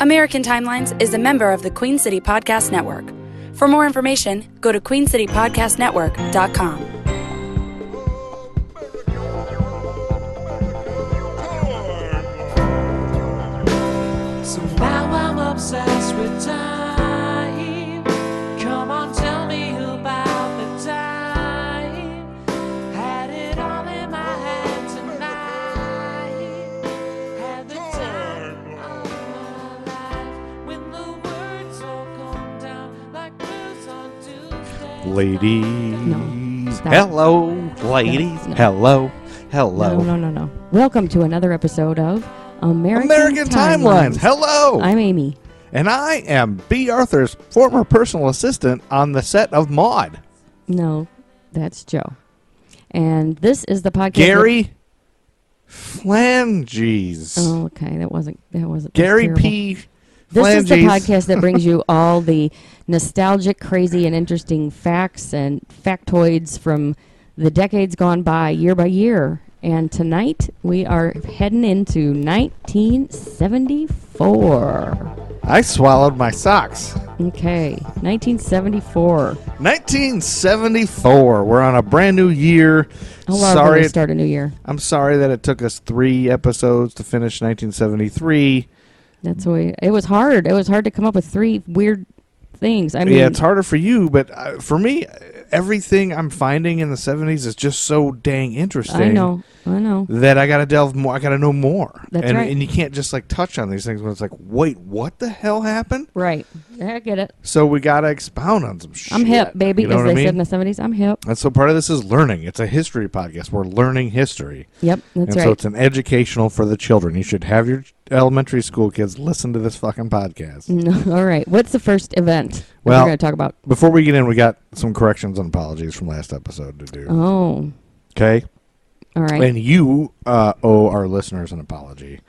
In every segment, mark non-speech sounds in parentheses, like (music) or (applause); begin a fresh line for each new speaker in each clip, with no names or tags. American Timelines is a member of the Queen City Podcast Network. For more information, go to queencitypodcastnetwork.com.
Somehow I'm obsessed with time. Come on, tell me about the time. Had it all in my head tonight. Had the time of my life when the words all come down like birds on Tuesday.
Ladies.
stop.
Hello, ladies.
No, no.
Hello. Hello.
No, no, no, no. Welcome to another episode of American,
American Timelines. Hello.
I'm Amy.
and I am B. Arthur's former personal assistant on the set of Maud.
No, that's Joe. And this is the podcast.
Gary Flanges.
Oh, okay. That wasn't. That wasn't. that's
Gary
terrible.
P.
This
Flanges.
is the podcast that brings you all the nostalgic, crazy, and interesting facts and factoids from the decades gone by, year by year. And tonight we are heading into 1974.
I swallowed my socks.
Okay, 1974.
1974. We're on a brand new year.
How long
sorry,
we
it-
start a new year?
I'm sorry that it took us three episodes to finish 1973.
That's why it was hard. It was hard to come up with three weird things. I mean,
yeah, it's harder for you, but uh, for me, everything I'm finding in the 70s is just so dang interesting.
I know, I know.
That I got to delve more. I got to know more.
That's
and,
right.
and you can't just like touch on these things when it's like, wait, what the hell happened?
Right, I get it.
So we got to expound on some shit.
I'm hip, baby,
You know
as
what I
they said
mean?
in the '70s. I'm hip.
And so part of this is learning. It's a history podcast. We're learning history.
Yep, that's
and
right.
so it's an educational for the children. You should have your elementary school kids listen to this fucking podcast.
(laughs) No, all right. What's the first event that
Well-
we're going to talk about?
Before we get in, we got some corrections and apologies from last episode to do.
Oh,
Okay?
all right.
And you uh, owe our listeners an apology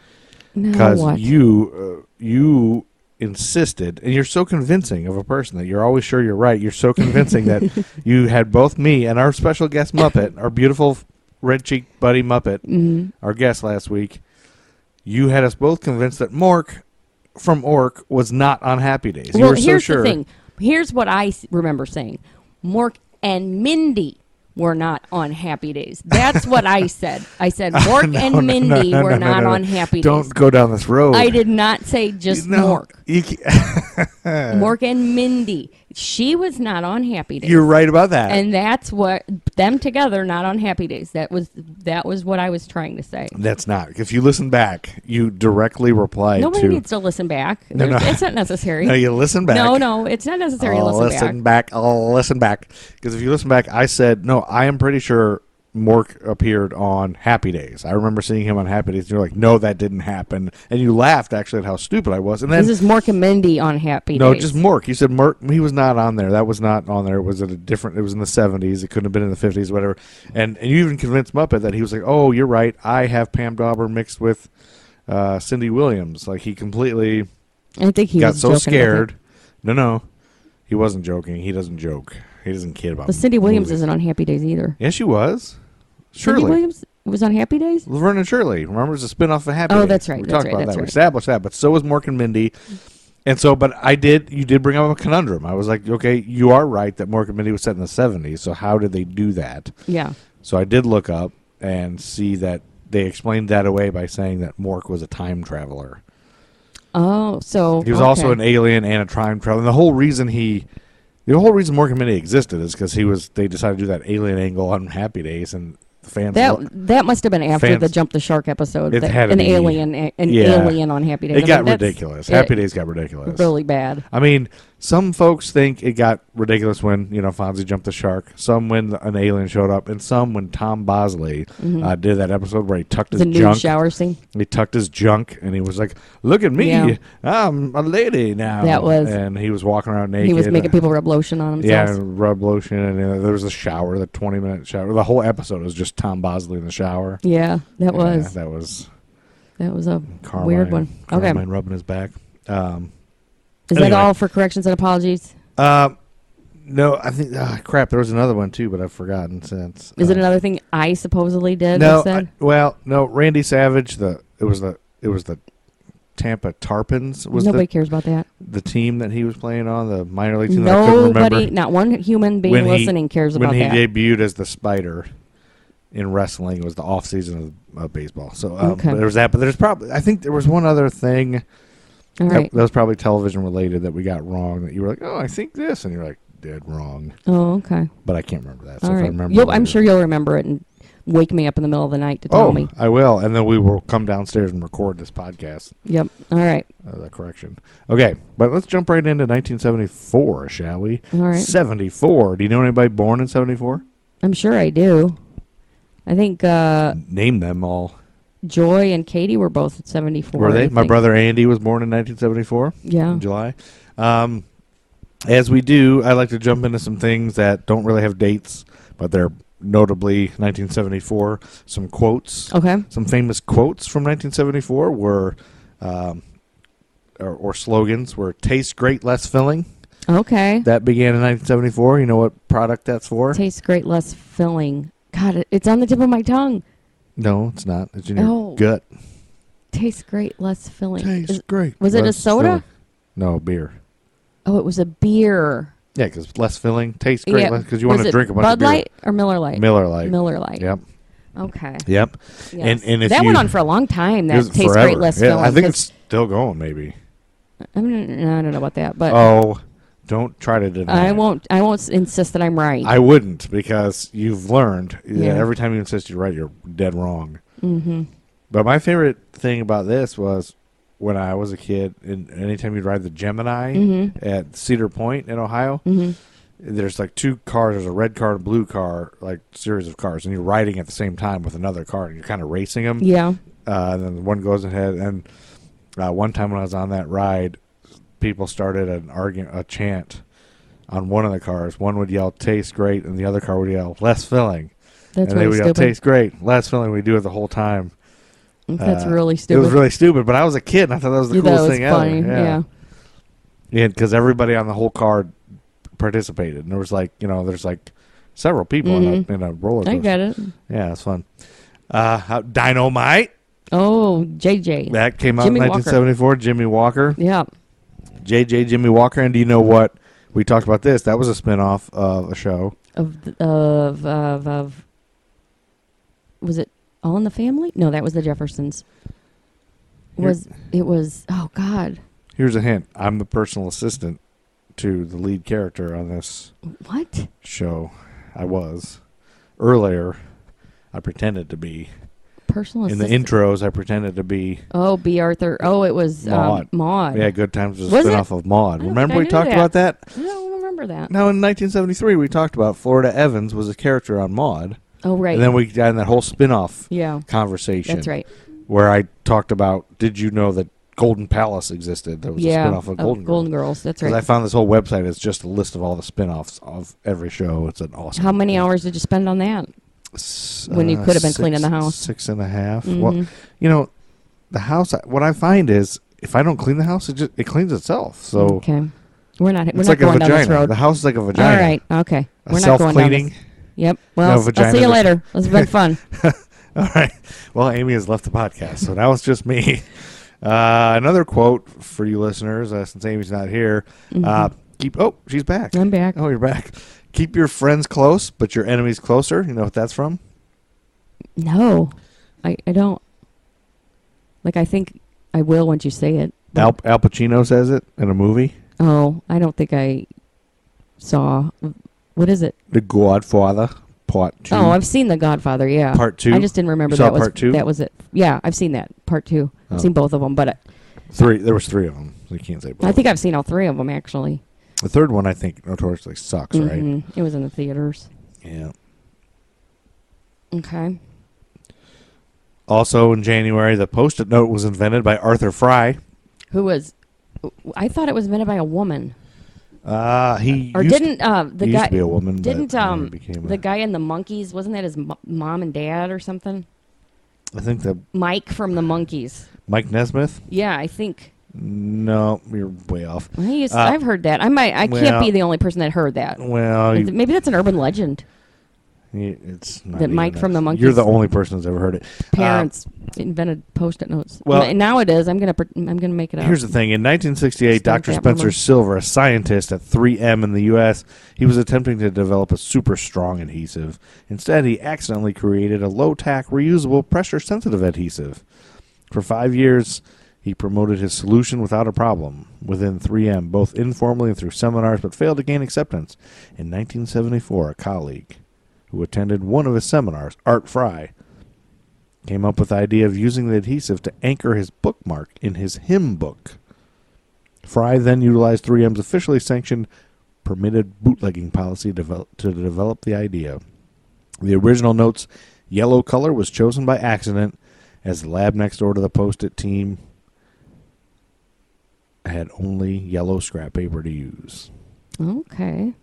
now
because
what?
you uh, you insisted, and you're so convincing of a person that you're always sure you're right. You're so convincing
(laughs)
that you had both me and our special guest Muppet, our beautiful red cheeked buddy Muppet,
Mhm.
our guest last week. You had us both convinced that Mork from Ork was not on Happy Days. you
well,
were so
here's
sure.
the thing. Here's what I s- remember saying: Mork and Mindy were not on Happy Days. That's what I said. I said Mork
(laughs) No, no,
and Mindy
no, no,
were
no, no,
not
no.
on Happy
Don't
Days.
go down this road.
I did not say just
Oh. No, Uh.
Mork.
you ca- (laughs)
Mork and Mindy. She was not on Happy Days.
you're right about that.
and that's what them together not on Happy Days. That was that was what I was trying to say.
That's not. If you listen back, you directly reply
Nobody
to.
needs to listen back.
No,
There's-
no.
It's not necessary.
No, you listen back.
no, no, it's not necessary to
I'll
listen,
listen
back.
back. I'll listen back. Because if you listen back, I said no. I am pretty sure Mork appeared on Happy Days. I remember seeing him on Happy Days. And you're like, no, that didn't happen, and you laughed actually at how stupid I was. And then
This is Mork and Mindy on Happy
no,
Days.
just Mork. You said Mork. He was not on there. That was not on there. It was at a different. It was in the seventies. It couldn't have been in the fifties, whatever. And and you even convinced Muppet that he was like, oh, you're right. I have Pam Dauber mixed with uh, Cindy Williams. Like he completely
I think he
got
was
so
joking about
scared.
that.
No, no, he wasn't joking. He doesn't joke. He doesn't kid about.
But Cindy Williams
movies.
isn't on Happy Days either.
Yeah, she was. Shirley.
Cindy Williams was on Happy Days.
Laverne and Shirley. Remember, it was a spin-off of Happy
Oh,
Days.
that's
We
right, that's
talked
right,
about that.
that's
We
right.
established that, but so was Mork and Mindy. And so, but I did, you did bring up a conundrum. I was like, okay, you are right that Mork and Mindy was set in the 70s, so how did they do that?
Yeah,
So I did look up and see that they explained that away by saying that Mork was a time traveler.
Oh, so
He was
okay.
also an alien and a time traveler. And the whole reason he, the whole reason Mork and Mindy existed is because he was, they decided to do that alien angle on Happy Days, and the fans
That
lo-
that must have been after
Fans-
the Jump the Shark episode.
It
that-
had to
an
be.
alien, a- an
Yeah.
alien on Happy Days. I
It
mean,
got
that's-
ridiculous.
it-
Happy Days got ridiculous.
Really bad.
I mean, some folks think it got ridiculous when you know Fonzie jumped the shark. Some when an alien showed up, and some when Tom Bosley uh, did that episode where he tucked his
Mm-hmm. The nude
junk.
shower scene.
He tucked his junk, and he was like, "Look at me,
Yeah.
I'm a lady now."
That was-
and he was walking around naked. uh,
He was making people rub lotion on
Yeah,
themselves.
and rub lotion, and uh, there was a shower, the twenty-minute shower. The whole episode was just Tom Bosley in the shower.
Yeah, that
Yeah,
was that,
that was
was a
Carmine,
weird one. Okay,
Carmine rubbing his back. Um,
is
Anyway.
that all for corrections and apologies?
Um, no, I think ah, crap. There was another one too, but I've forgotten since.
Is it
Uh,
another thing I supposedly did? or
No,
said?
I- well, no. Randy Savage. The it was the it was the Tampa Tarpons was
Nobody
the,
cares about that.
the team that he was playing on, the minor league team that I couldn't
Nobody,
remember.
not one human being
When he-
listening cares about
when he
that.
debuted as the Spider in wrestling, it was the off season of, of baseball. So um,
Okay.
but there was that. But there's probably I think there was one other thing
All
that,
right.
that was probably television related that we got wrong. That you were like, oh, I think this, and you're like, dead wrong.
Oh, okay.
But I can't remember that. So
All
if I
right.
remember,
You'll, I'm
later-
sure you'll remember it and wake me up in the middle of the night to tell
Oh,
me.
I will, and then we will come downstairs and record this podcast.
Yep. All right.
Uh, the correction. Okay, but let's jump right into 1974, shall we?
All right.
74. Do you know anybody born in 74?
I'm sure I do. I think uh,
Name them all.
Joy and Katie were both at 74.
Were they?
I
My
think. Oh.
brother Andy was born in 1974
Yeah.
in July. Um, as we do, I like to jump into some things that don't really have dates, but they're notably 1974. Some quotes.
Okay.
Some famous quotes from 1974 were, um, or, or slogans were "Tastes great, less filling."
Okay.
That began in 1974. You know what product that's for?
Tastes great, less filling. God, it, it's on the tip of my tongue.
No, it's not. It's in your
Oh.
gut.
Tastes great, less filling. Is-
great.
was it a soda?
No, beer.
oh, it was a beer.
Yeah, because less filling, tastes great because you want
Was
to
it
drink a bunch
Bud
of beer.
Light or Miller Light?
Miller Light.
Miller Light.
Yep.
Okay.
Yep.
Yes.
and if
that went
you-
on for a long time.
It
That
was
tastes great,
forever.
less
yeah,
filling.
I think
'cause-
it's still going. Maybe.
I don't, I don't know about that, but
oh, don't try to deny.
I
it.
won't. I won't s- insist that I'm right.
I wouldn't because you've learned
Yeah.
that every time you insist you're right, you're dead wrong.
mm-hmm.
But my favorite thing about this was when I was a kid, and anytime you'd ride the Gemini
Mhm.
at Cedar Point in Ohio,
Mm-hmm.
there's like two cars there's a red car and a blue car like series of cars and you're riding at the same time with another car and you're kind of racing them
Yeah.
uh, and then one goes ahead and uh, one time when i was on that ride people started an argument a chant on one of the cars one would yell taste great and the other car would yell less filling
That's
and they
really
would yell
stupid.
taste great less filling we do it the whole time
That's
uh,
really
it
stupid.
was really stupid but i was a kid and i thought that was the
You thought
coolest
it was
thing
funny.
ever
yeah.
yeah, because everybody on the whole car participated, and there was like you know, there's like several people
Mhm.
in, a, in a roller coaster.
I get it.
Yeah, it's fun. Uh, how- Dynamite
Oh, JJ.
that came out
Jimmy
in
Walker.
1974. Jimmy Walker,
yeah.
JJ Jimmy Walker, and do you know what we talked about this? That was a spinoff of a show.
Of th- of of of. Was it All in the Family? No, that was the Jeffersons.
Here-
Was it was? Oh God,
Here's a hint: I'm the personal assistant to the lead character on this
what?
show. I was earlier. I pretended to be
Personal
in the
assistant.
intros. I pretended to be
Oh, B. Arthur. Oh, it was
Maude.
um, Maud.
Yeah, Good Times was a
Was it?
spinoff of Maud.
I don't
Remember
think I
we
knew
talked
that.
about that?
I don't remember that.
Now in 1973 we talked about Florida Evans was a character on Maud,
Oh, right.
and then we got in that whole spin-off
yeah,
conversation.
that's right.
Where I talked about did you know that Golden Palace existed? That was
yeah,
a spinoff of Golden Girls.
Girls. That's
Because
right.
I found this whole website is just a list of all the spin-offs of every show. It's an awesome.
How many hours did you spend on that?
S- uh,
when you could have been cleaning the
six-
house?
Six and a half. Well,
Mhm.
you know, the house. What I find is if I don't clean the house, it just it cleans itself. So
okay, we're not we're
it's
not
like a
going down this
vagina.
road.
The house is like a vagina.
All right, okay,
A
we're not going down
self-cleaning.
this. Yep. Well, I'll
vagina
see you
is-
later. It's been fun.
(laughs) All right. Well, Amy has left the podcast, so now it's just me. Uh, another quote for you listeners, uh, since Amy's not here. Uh, keep. Oh, she's back.
Mm-hmm. I'm
(laughs)
back.
Oh, you're back. Keep your friends close, but your enemies closer. You know what that's from?
No, I I don't. Like I think I will once you say it. but-
Al, Al Pacino says it in a movie,
oh, I don't think I saw. What is it?
The Godfather Part Two.
Oh, I've seen The Godfather. Yeah.
part Two.
I just didn't remember
You saw
that was
part two?
that was it. Yeah, I've seen that part two.
Oh.
I've seen both of them, but I,
three. There was three of them. You can't say. Both.
I think I've seen all three of them actually.
the third one I think notoriously sucks. Right?
Mhm. It was in the theaters.
Yeah.
Okay.
Also in January, the Post-it note was invented by Arthur Fry.
Who was? I thought it was invented by a woman,
Uh, he
or
used to-
didn't uh, the
he
guy
used to be a woman. but
didn't,
then he
um,
became a-
the guy in the monkeys wasn't that his mo- mom and dad or something?
I think the
Mike from the monkeys.
Mike Nesmith.
Yeah, I think
No, you're way off.
I used,
Uh,
I've heard that. I might. I
well-
can't be the only person that heard that.
Well, you,
Maybe that's an urban legend.
Y- It's not
That
even
Mike from the
You're
Monkees-
the only person who's ever heard it. Uh,
Parents invented post-it notes.
well-
Well, now it is. I'm gonna pr- I'm gonna make it up.
Here's the thing. In 1968,
Stamp
Dr.
that
Spencer
rumor.
Silver, a scientist at 3M in the U.S., he was attempting to develop a super strong adhesive. Instead, he accidentally created a low tack, reusable, pressure sensitive adhesive. For five years, he promoted his solution without a problem within 3M, both informally and through seminars, but failed to gain acceptance. In 1974, a colleague who attended one of his seminars, Art Fry, came up with the idea of using the adhesive to anchor his bookmark in his hymn book. Fry then utilized 3M's officially sanctioned permitted bootlegging policy develop, to develop the idea. The original note's yellow color was chosen by accident as the lab next door to the Post it team had only yellow scrap paper to use.
okay.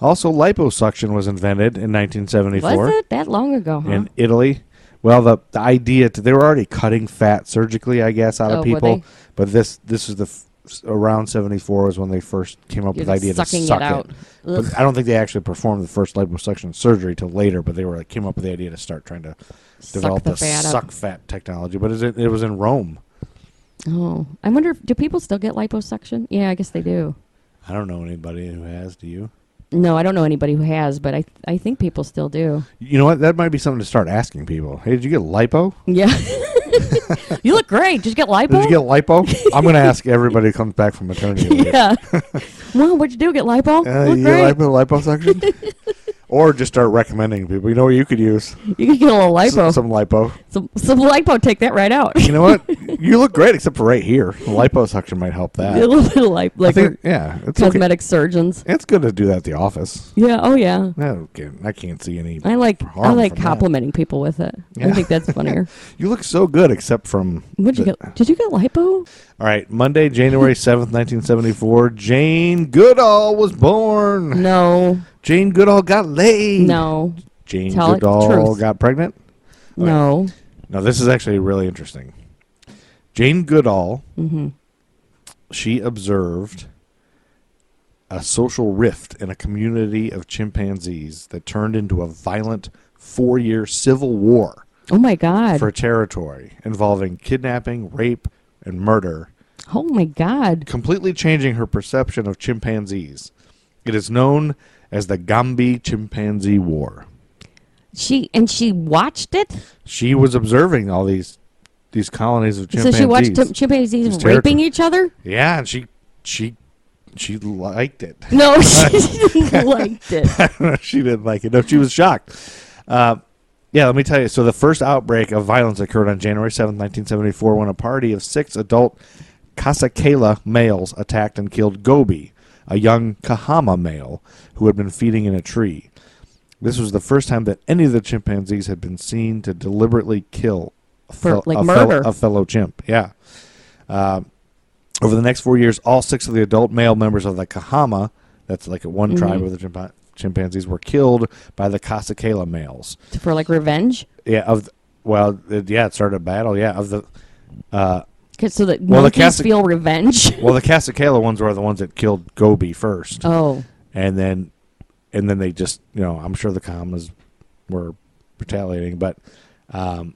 Also, liposuction was invented in 1974.
Was it Uh-huh. that long ago? Huh?
in Italy. Well, the, the idea to, they were already cutting fat surgically, I guess, out
Oh,
of
were
people.
they?
But this this is the f- s- around seventy four is when they first came up
You're
with the
just
idea
sucking
to suck
it out. Ugh.
But I don't think they actually performed the first liposuction surgery till later. But they were like, came up with the idea to start trying to develop
Suck the fat
suck
up.
fat technology. But is it, it was in Rome.
Oh, I wonder. If, do people still get liposuction? Yeah, I guess they do.
I don't know anybody who has. Do you?
No, I don't know anybody who has, but I I think people still do.
You know what? That might be something to start asking people. Hey, did you get lipo?
(laughs) Yeah. you look great. Did you get lipo?
Did you get lipo? I'm going to ask everybody who comes back from
(laughs)
maternity leave.
yeah.
(laughs)
well, what'd you do? Get lipo?
Uh,
look
you
great.
lipo, liposuction?
(laughs)
or just start recommending people. You know what you could use?
You could get a little lipo.
S- some lipo.
some, some lipo, take that right out. (laughs)
You know what? you look great except for right here. Liposuction might help that.
a little bit of lipo,
I
like
think,
we're
yeah, it's okay.
cosmetic surgeons.
It's good to do that at the office.
Yeah. Oh yeah.
I don't get- I can't see any.
I like I
harm
like
from that.
complimenting people with it.
Yeah.
I think that's
(laughs)
funnier.
You look so good except from.
What'd you
the-
get? Did you get
(laughs)
lipo?
All right, Monday, January (laughs) 7th, 1974, Jane Goodall was born.
No.
Jane Goodall got laid.
No.
Jane
Tell it the
Goodall
truth.
got pregnant.
No.
Now, this is actually really interesting. Jane Goodall,
Mhm.
she observed a social rift in a community of chimpanzees that turned into a violent four year civil war
Oh my god.
for territory involving kidnapping, rape, and murder,
oh my god.
completely changing her perception of chimpanzees. It is known as the Gombe Chimpanzee War.
She and she watched it.
She was observing all these these colonies of
So
chimpanzees.
she watched t-
It's
chimpanzees
territory.
raping each other.
Yeah, and she she she liked it. (laughs)
No, she liked it.
she didn't like it. No, she was shocked. Uh, yeah, let me tell you. So the first outbreak of violence occurred on January seventh, nineteen seventy four, when a party of six adult Kasakela males attacked and killed Gobi, a young Kahama male who had been feeding in a tree. This was the first time that any of the chimpanzees had been seen to deliberately kill a,
For,
fel-
like,
a fel-
murder.
a fellow chimp. Yeah. Uh, over the next four years, all six of the adult male members of the Kahama, that's like one tribe of the chimpa- chimpanzees, were killed by the Kasakela males.
for like revenge.
Yeah, of th- well, it, yeah, it started a battle. Yeah, of the uh,
'Cause- so that
Well, the
monkeys
Cassa-
feel revenge.
well, the Kasakela ones were the ones that killed Gobi first,
oh,
and then and then they just you know I'm sure the Kahamas were retaliating, but um,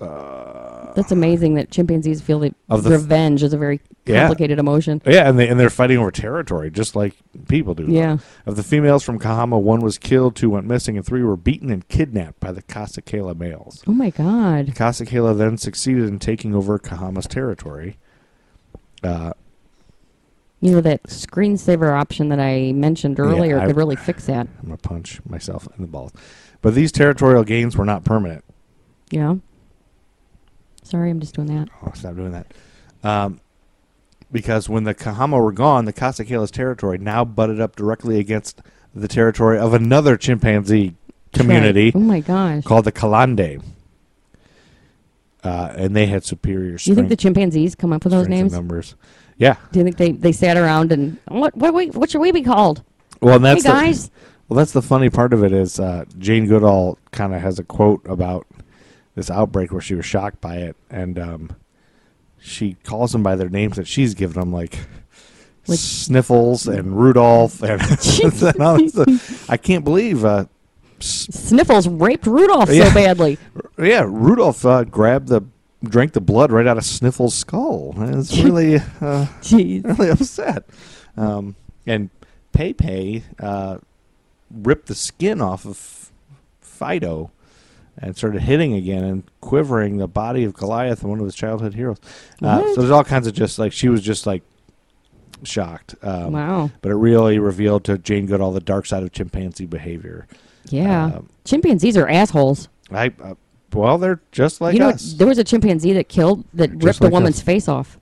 uh,
that's amazing that chimpanzees feel that
Of the f-
revenge is a very
Yeah.
complicated emotion.
Yeah, and they and they're fighting over territory, just like people do.
Yeah.
Of the females from Kahama, one was killed, two went missing, and three were beaten and kidnapped by the Kasakela males.
Oh my god.
Kasakela then succeeded in taking over Kahama's territory. Uh,
You know that screensaver option that I mentioned earlier
I-
could really fix that.
I'm gonna punch myself in the balls. But these territorial gains were not permanent.
Yeah. Sorry, I'm just doing that.
Oh, stop doing that. Um, because when the Kahama were gone, the Kasakela's territory now butted up directly against the territory of another chimpanzee community.
Right. Oh my gosh.
called the Kalande. Uh, and they had superior strength.
you think the chimpanzees come up with those
strength and
names?
Numbers. Yeah.
Do you think they, they sat around and what what we, what should we be called?
Well, and that's
hey
the-
guys,
well, that's the funny part of it is uh, Jane Goodall kind of has a quote about this outbreak where she was shocked by it, and um, she calls them by their names that she's given them, like
Which-
Sniffles and Rudolph
(laughs)
and, (laughs) and all that stuff. I can't believe. Uh,
Sniffles raped Rudolph
Yeah. (laughs)
so badly.
yeah, Rudolph uh, grabbed the drank the blood right out of Sniffles' skull. It's really uh,
Jeez.
(laughs) really upset. Um, and Pepe uh, ripped the skin off of Fido and started hitting again and quivering the body of Goliath, one of his childhood heroes. Uh,
What?
so there's all kinds of just like she was just like shocked. Um,
Wow.
But it really revealed to Jane Goodall the dark side of chimpanzee behavior.
Yeah.
Um,
Chimpanzees are assholes.
I, uh, well, they're just like
you know,
us.
there was a chimpanzee that killed that ripped
like
a woman's
us.
face off.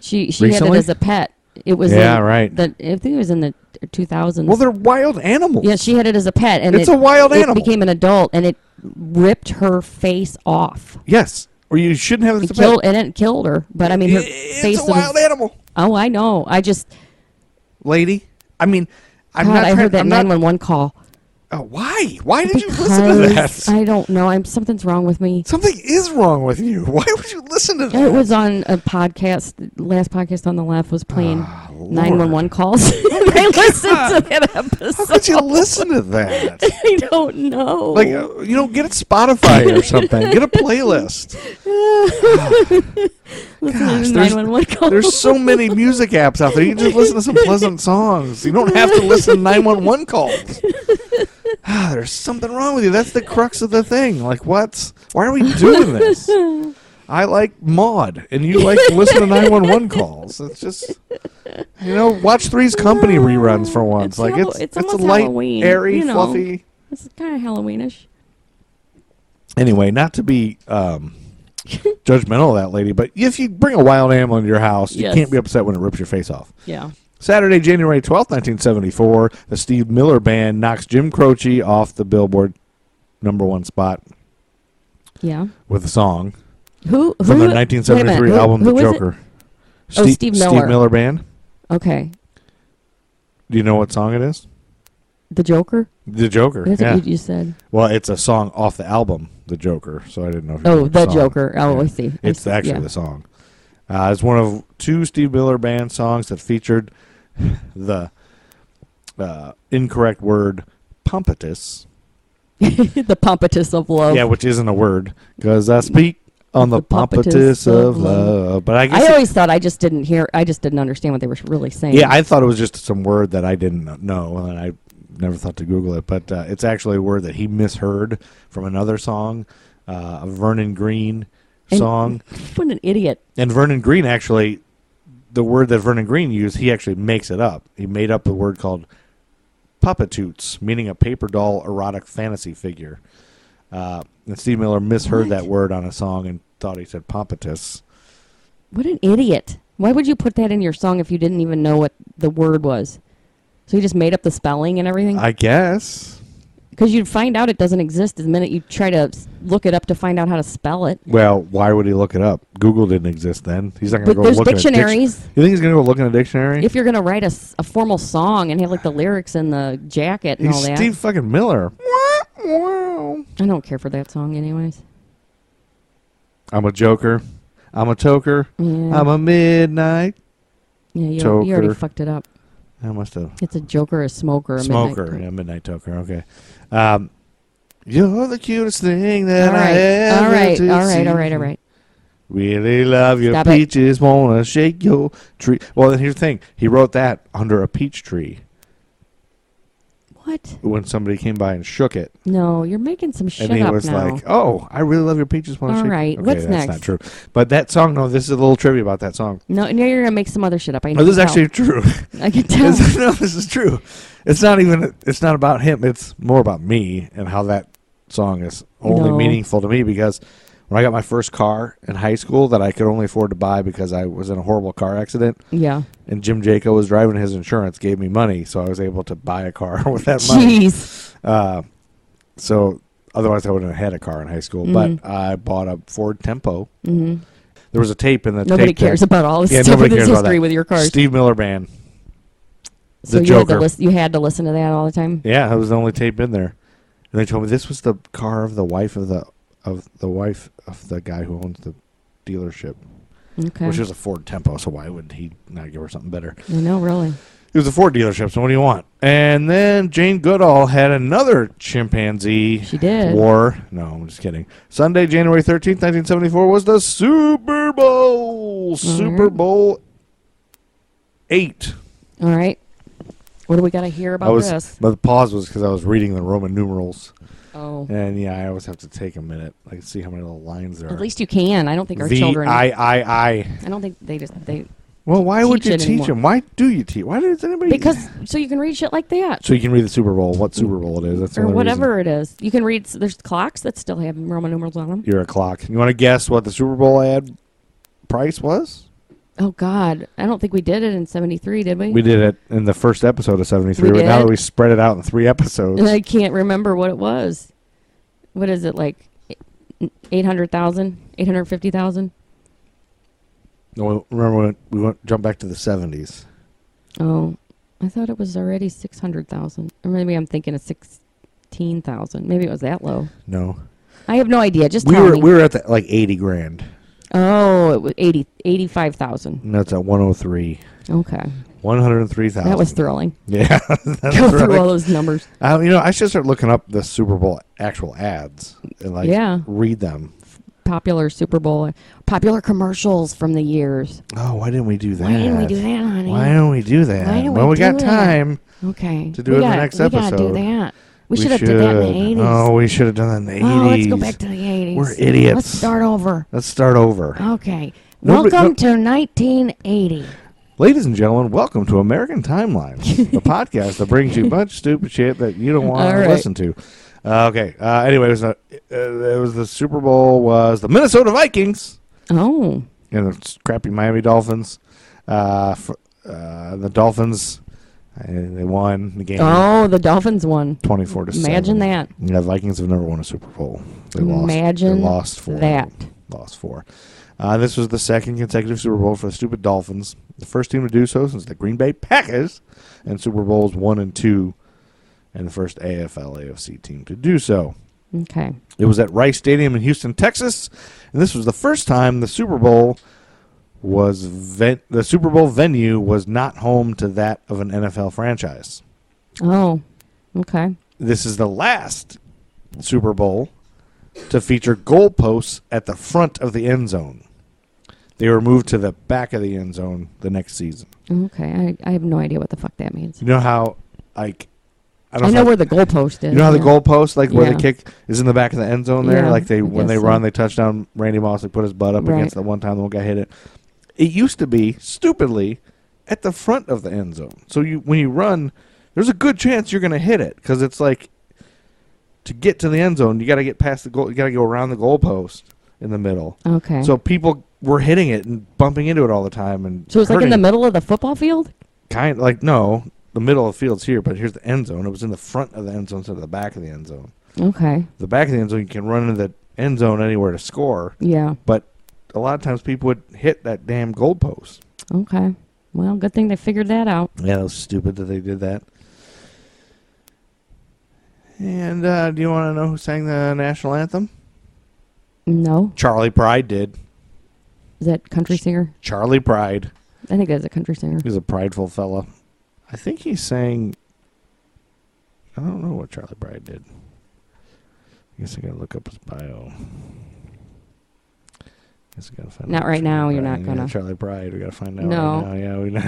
She she had
Recently?
it as a pet. It was
Yeah,
in
right.
The, I think it was in the 2000s.
well, they're wild animals.
yeah, she had it as a pet, and
It's
it,
a wild
it
animal.
became an adult, and it ripped her face off.
yes. Or you shouldn't have
It
this
killed and it killed her, but I mean her face.
It's a
was-
wild animal.
oh, I know. I just
lady. I mean, I'm
God,
not.
I
trying-
heard that
I'm not-
911 call.
oh, why? Why did you listen to
Because
that?
I don't know. I'm something's wrong with me.
Something is wrong with you. (laughs) Why would you listen to that?
It was on a podcast. Last podcast on the left was playing
Ah, Lord. Oh
911 calls. (laughs) and I listened to that
How
episode.
could you listen to that?
I don't know.
Like uh, you know, get it Spotify or something. Get a
(laughs)
playlist.
Listening to
Gosh, there's,
911 calls.
there's so many music apps out there. You can just listen to some pleasant songs. You don't have to listen to 911 calls. (sighs) Ah, there's something wrong with you. That's the crux of the thing. Like, what? Why are we doing this? I like Maud, and you like to listen to 911 calls. It's just, you know, watch Three's Company reruns for once.
It's
like,
Hall-
it's
it's
it's, a
almost
light,
Halloween,
airy,
you know.
fluffy.
It's kind of Halloweenish.
Anyway, not to be um, judgmental of that lady, but if you bring a wild animal into your house, you
Yes.
can't be upset when it rips your face off.
Yeah.
Saturday, January 12th, 1974, the Steve Miller Band knocks Jim Croce off the Billboard number one spot
Yeah.
with a song
Who? who
from their
wait a
1973
minute, who-
album,
who
The
is it?
Joker.
Oh, Steve Miller.
Band.
Okay.
Do you know what song it is?
The Joker?
The Joker.
That's
yeah.
what you, you said.
well, it's a song off the album, The Joker, so I didn't know. If you
Oh,
knew
The
song.
Joker. Oh,
Yeah.
I see. I
It's
see.
actually
yeah.
the song. Uh, it's one of two Steve Miller Band songs that featured (laughs) the uh, incorrect word "pompatus."
(laughs) the pompatus of love.
Yeah, which isn't a word because I speak on the,
The
pompatus
pompatus
of
of love.
love. But I guess
I
it-
always thought I just didn't hear. I just didn't understand what they were really saying.
yeah, I thought it was just some word that I didn't kno- know, and I never thought to Google it. But uh, it's actually a word that he misheard from another song, uh, a Vernon Green
And-
song,
what an idiot.
and Vernon Green actually. The word that Vernon Green used, he actually makes it up. He made up the word called puppetoots, meaning a paper doll erotic fantasy figure. Uh, and Steve Miller misheard
What?
that word on a song and thought he said pompatus.
What an idiot. Why would you put that in your song if you didn't even know what the word was? So you just made up the spelling and everything?
I guess.
Because you'd find out it doesn't exist the minute you try to s- look it up to find out how to spell it.
Well, why would he look it up? Google didn't exist then. He's not going to
But
go
there's
look in a
dictionaries.
diction- You think he's going to go look in a dictionary?
If you're going to write a, s- a formal song and have like the lyrics in the jacket and
he's
all that.
Steve fucking Miller. Wow.
I don't care for that song anyways.
I'm a joker. I'm a toker.
Yeah,
I'm a midnight.
yeah you, al- you already
Joker.
fucked it up.
I must have
It's a joker, a smoker, a midnight
smoker.
toker.
yeah, midnight toker. Okay. Um, you're the cutest thing that
all
I
right,
ever
all right,
did
all right,
see.
all right, all right.
Really love your
Stop it.
peaches, wanna shake your tree. Well, then here's the thing. He wrote that under a peach tree
What?
when somebody came by and shook it.
No, you're making some shit
and he
up
was
now.
like, "Oh, I really love your peaches." Wanna
All
shake-"
right,
okay,
what's
that's Not
next?
true, but that song. No, this is a little trivia about that song.
no, now you're gonna make some other shit up. I
Oh,
can
this is
tell.
actually true. (laughs)
I can tell. (laughs)
It's- (laughs) no, this is true. It's not even. It's not about him. It's more about me and how that song is only
No.
meaningful to me because when I got my first car in high school that I could only afford to buy because I was in a horrible car accident
yeah.
and Jim Jaco was driving his insurance gave me money so I was able to buy a car (laughs) with that money.
Jeez.
Uh, so otherwise, I wouldn't have had a car in high school.
Mm-hmm.
But I bought a Ford Tempo.
Mhm.
There was a tape in the
Nobody
tape that-
cares about all this
Yeah,
stuff in
nobody
this
cares about
history
that.
with your cars.
Steve Miller Band.
so
the
you had
Joker.
to listen. You had to listen to that all the time.
Yeah, that was the only tape in there. And they told me this was the car of the wife of the of the wife of the guy who owns the dealership.
Okay.
which was a Ford Tempo. So why would he not give her something better?
I know, really.
It was a Ford dealership. So what do you want? And then Jane Goodall had another chimpanzee.
She did.
War. No, I'm just kidding. Sunday, January 13th, 1974 was the Super Bowl. Super
right.
Bowl 8.
All right. What do we got to hear
I
about
was
this?
but the pause was cuz I was reading the Roman numerals.
Oh,
And yeah, I always have to take a minute like see how many little lines there are.
at least you can. I don't think our
the
children.
I I I.
I don't think they just they
Well, why would
Teach
you
it
teach
anymore.
them? Why do you teach? Why does anybody
because so you can read shit like that
so you can read the Super Bowl, what Super Bowl it is. That's the
or
only reason.
whatever it is. You can read. There's clocks that still have Roman numerals on them.
You're a clock. You want to guess what the Super Bowl ad price was?
Oh God, I don't think we did it in '73, did we?
We did it in the first episode of 73.
We
but now
did?
that we spread it out in three
And
episodes,
I can't remember what it was. What is it like? Eight hundred thousand, eight hundred fifty thousand.
No, remember when we went jump back to the 70s.
Oh, I thought it was already six hundred thousand, or maybe I'm thinking of sixteen thousand. Maybe it was that low.
No,
I have no idea. Just
we
tell
were
me.
we were at the, like 80 grand.
oh, it was 80, 85,000.
And that's at 103,
Okay,
103,000.
that was thrilling.
(laughs) yeah. that's
Go through
right.
all those numbers.
Uh, you know, I should start looking up the Super Bowl actual ads and like
Yeah.
read them.
Popular Super Bowl, popular commercials from the years.
Oh, why didn't we do that?
Why didn't we do that, honey?
Why don't we do that?
Why don't
well,
we
we got
do that?
time.
Okay.
To do
we
it in the
gotta-
next
We gotta do
episode.
that. We, should have did that in the
should.
eighties.
Oh, we should have done that in the
Oh, let's
eighties.
go back to the eighties.
We're idiots.
Let's start over.
Let's start over.
Okay.
Nobody-
Welcome
no-
to nineteen eighty.
Ladies and gentlemen, welcome to American Timeline,
(laughs)
the podcast that brings you a bunch of stupid shit that you don't want
All
to
right.
listen to. Uh, okay. Uh, anyway, it was, not, uh, it was the Super Bowl was the Minnesota Vikings
Oh.
and the crappy Miami Dolphins. Uh, f uh, the Dolphins, uh, they won the game
Oh, the Dolphins won.
24 to 7.
Imagine that.
Yeah, Vikings have never won a Super Bowl. They lost.
Imagine
they lost four.
that.
Lost four. Uh, this was the second consecutive Super Bowl for the stupid Dolphins. The first team to do so since the Green Bay Packers and Super Bowls one and two, and the first AFL AFC team to do so.
Okay.
It was at Rice Stadium in Houston, Texas, and this was the first time the Super Bowl was ven- the Super Bowl venue was not home to that of an NFL franchise
Oh. Okay.
this is the last Super Bowl to feature goalposts at the front of the end zone. They were moved to the back of the end zone the next season.
Okay. I, I have no idea what the fuck that means.
You know how like I
I
don't know,
know
if I-
where the goalpost is.
you know how the
yeah.
goalpost like where
Yeah.
the kick is in the back of the end zone there.
Yeah,
like they
I
when they
guess so.
run, they touch down. Randy Moss like put his butt up
Right.
against the one time the one guy hit it. It used to be stupidly at the front of the end zone. So you when you run, there's a good chance you're going to hit it because it's like to get to the end zone, you got to get past the goal. You got to go around the goalpost in the middle.
Okay.
So people were hitting it and bumping into it all the time, and
So it's like in the
hurting-
middle of the football field?
kind like no, the middle of the field's here, but here's the end zone. It was in the front of the end zone instead of the back of the end zone
Okay.
the back of the end zone, you can run into the end zone anywhere to score.
Yeah.
But a lot of times people would hit that damn goalpost.
Okay. Well, good thing they figured that out.
Yeah, that was stupid that they did that. And uh, do you want to know who sang the national anthem?
No.
Charlie Pride did.
Is that country singer?
Charlie Pride.
I think that's a country singer.
He was a prideful fella. I think he sang. I don't know what Charlie Pride did. I guess I gotta look up his bio. guess I gotta find
Not
out
right now,
Charlie
you're
Pride.
not
Yeah,
gonna.
Charlie Pride. We gotta find out.
No.
Right now. Yeah. We not.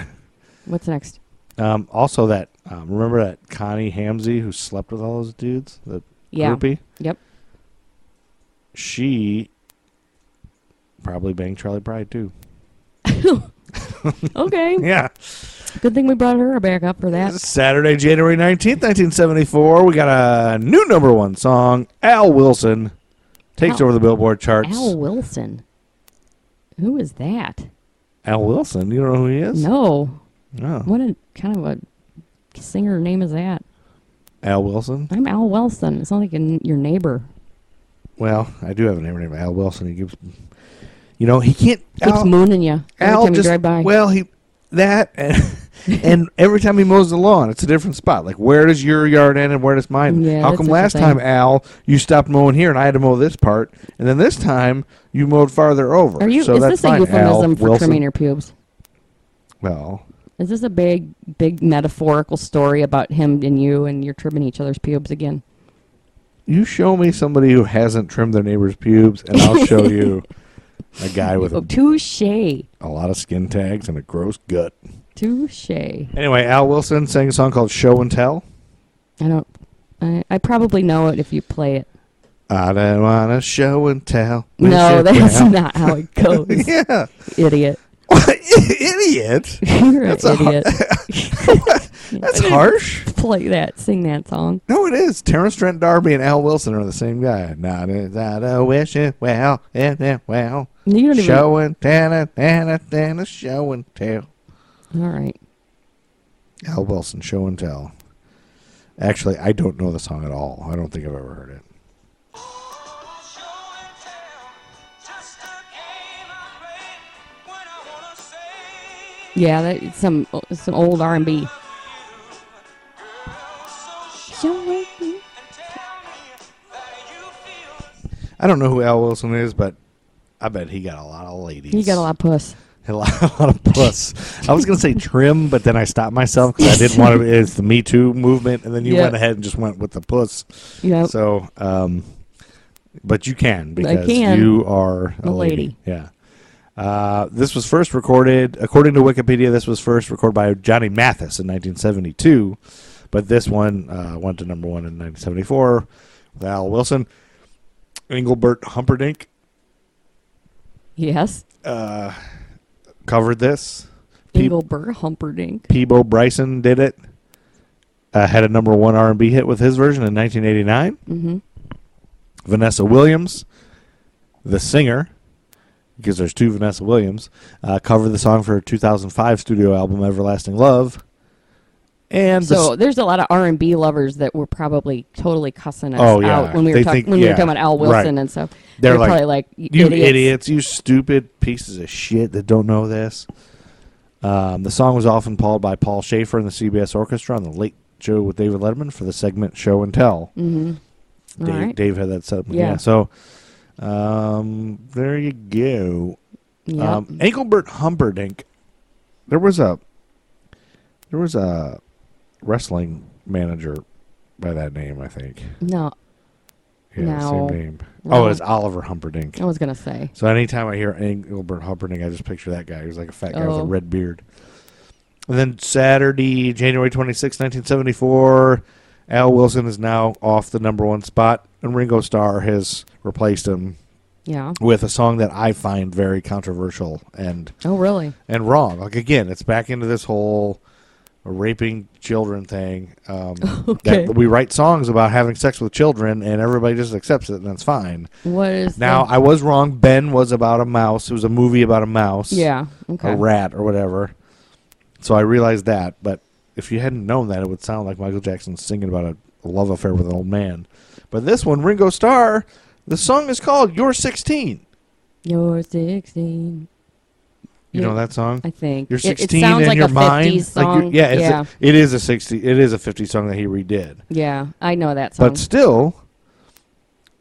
What's next?
(laughs) Um, also, that um, remember that Connie Hamsey who slept with all those dudes, the
Yeah.
groupie.
Yep.
She probably banged Charlie Pride too. (laughs)
Okay.
Yeah.
Good thing we brought her back up for that.
Saturday, January 19th, 1974, we got a new number one song. Al Wilson takes
Al-
over the Billboard charts.
Al Wilson. Who is that?
Al Wilson, you don't know who he is? Oh. No.
No. What a kind of a singer name is that?
Al Wilson?
I'm Al Wilson. It sounds like an, your neighbor.
Well, I do have a neighbor named Al Wilson. He gives, you know, he can't.
Keeps
Al,
mooning you every
Al
time
just,
you drive by.
Well, he that and (laughs) and every time he mows the lawn, it's a different spot. Like, where does your yard end and where does mine?
Yeah,
How
that's
come
such a
last
thing.
time, Al, you stopped mowing here and I had to mow this part, and then this time you mowed farther over?
Are you?
So
is
that's
this
fine,
a euphemism
Al
for
Wilson.
trimming your pubes?
Well,
Is this a big, big metaphorical story about him and you and you're trimming each other's pubes again?
you show me somebody who hasn't trimmed their neighbor's pubes, and I'll show you a guy with
Oh,
a,
touche,
a lot of skin tags and a gross gut.
touche. I
Anyway, Al Wilson sang a song called "Show and Tell."
don't. I, I probably know it if you play it.
I don't want to show and tell.
no,
Miss you (laughs)
that's
now.
not how it
(laughs)
goes. (laughs)
Yeah,
Idiot.
idiot.
(laughs) You're an
That's a har-
idiot.
(laughs)
(laughs)
That's harsh.
play that, sing that song.
No, it is. Terrence Trent D'Arby and Al Wilson are the same guy. Not a, not a wish it well, and it well.
You don't even.
Show and tell, and tell, and a show and tell.
All right.
Al Wilson, show and tell. Actually, I don't know the song at all. I don't think I've ever heard it.
Yeah, that, it's some some old R and B.
I don't know who Al Wilson is, but I bet he got a lot of ladies.
You got a lot of puss.
(laughs) A lot, a lot of puss. I was going to say trim, but then I stopped myself because I didn't
(laughs)
want to. It's the Me Too movement, and then you
Yeah.
went ahead and just went with the puss.
Yeah.
So, um, but you can because
can.
you are a,
A
lady.
lady.
Yeah. Uh, this was first recorded, according to Wikipedia, this was first recorded by Johnny Mathis in 1972, but this one uh, went to number one in 1974 with Al Wilson, Engelbert Humperdinck.
yes.
Uh, covered this. Peep-
Engelbert Humperdinck.
Peebo Bryson did it. Uh, had a number one R and B hit with his version in 1989.
Mm-hmm.
Vanessa Williams, the singer, because there's two Vanessa Williams, uh, covered the song for her 2005 studio album "Everlasting Love." And the
So
s-
there's a lot of R and B lovers that were probably totally cussing us
Oh, yeah.
out when we were
They
talking
think-
when we
yeah,
were talking about Al
right.
Wilson and stuff.
They're like,
probably like "You
you
idiots.
idiots. you stupid pieces of shit that don't know this. Um, the song was often followed by Paul Schaefer and the CBS Orchestra on the Late Show with David Letterman for the segment "Show and Tell."
Mm-hmm.
Dave,
All right.
Dave had that set up. Yeah.
Yeah.
So um, there you go.
Yep.
Um, Engelbert Humperdinck. There was a there was a wrestling manager by that name, I think.
no,
Yeah, the
No.
same name. Oh,
No.
it's Oliver Humperdinck.
I was gonna say.
So anytime I hear Engelbert Humperdinck, I just picture that guy. He was like a fat guy with a
Oh.
red beard. And then Saturday, January twenty sixth, 1974, Al Wilson is now off the number one spot, and Ringo Starr has replaced him
Yeah.
with a song that I find very controversial and
Oh, really?
and wrong. Like again, it's back into this whole raping children thing.
(laughs)
Um,
Okay.
that we write songs about having sex with children, and everybody just accepts it, and that's fine.
What is
Now
the-
I was wrong. Ben was about a mouse. It was a movie about a mouse,
yeah. Okay.
a rat or whatever. So I realized that. But if you hadn't known that, it would sound like Michael Jackson singing about a love affair with an old man. But this one, Ringo Starr, the song is called "You're 16."
You're 16.
You
Yeah.
know that song?
I think
You're
It- It,
16
sounds
in
like
your
a
mind.
50s
Like,
song.
you're- yeah, it's
yeah,
a- it is a 60 it is a 50 song that he redid.
yeah. I know that song.
But still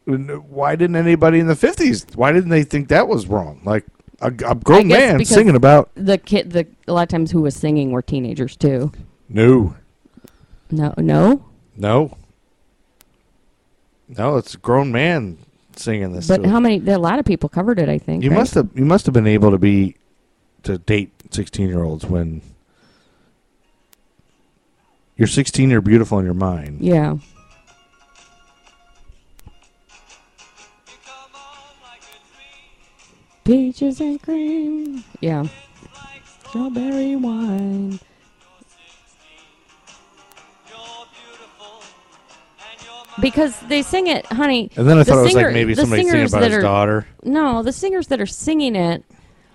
n- why didn't anybody in the 50s why didn't they think that was wrong? Like a, g- a grown
guess
man
because-
singing about
the kid, the a lot of times who was singing were teenagers too.
no.
No, no.
No. No, it's a grown man singing this.
But
to-
how many? There, a lot of people covered it. I think
you
right?
must have you must have been able to be to date 16-year-olds when you're 16 you're beautiful in your mind.
Yeah. Peaches and cream. Yeah. Strawberry wine. Because they sing it, honey.
And then I
the
thought it was
singer,
like maybe
the
somebody singing
singers
about
that
his
are,
daughter.
No, the singers that are singing it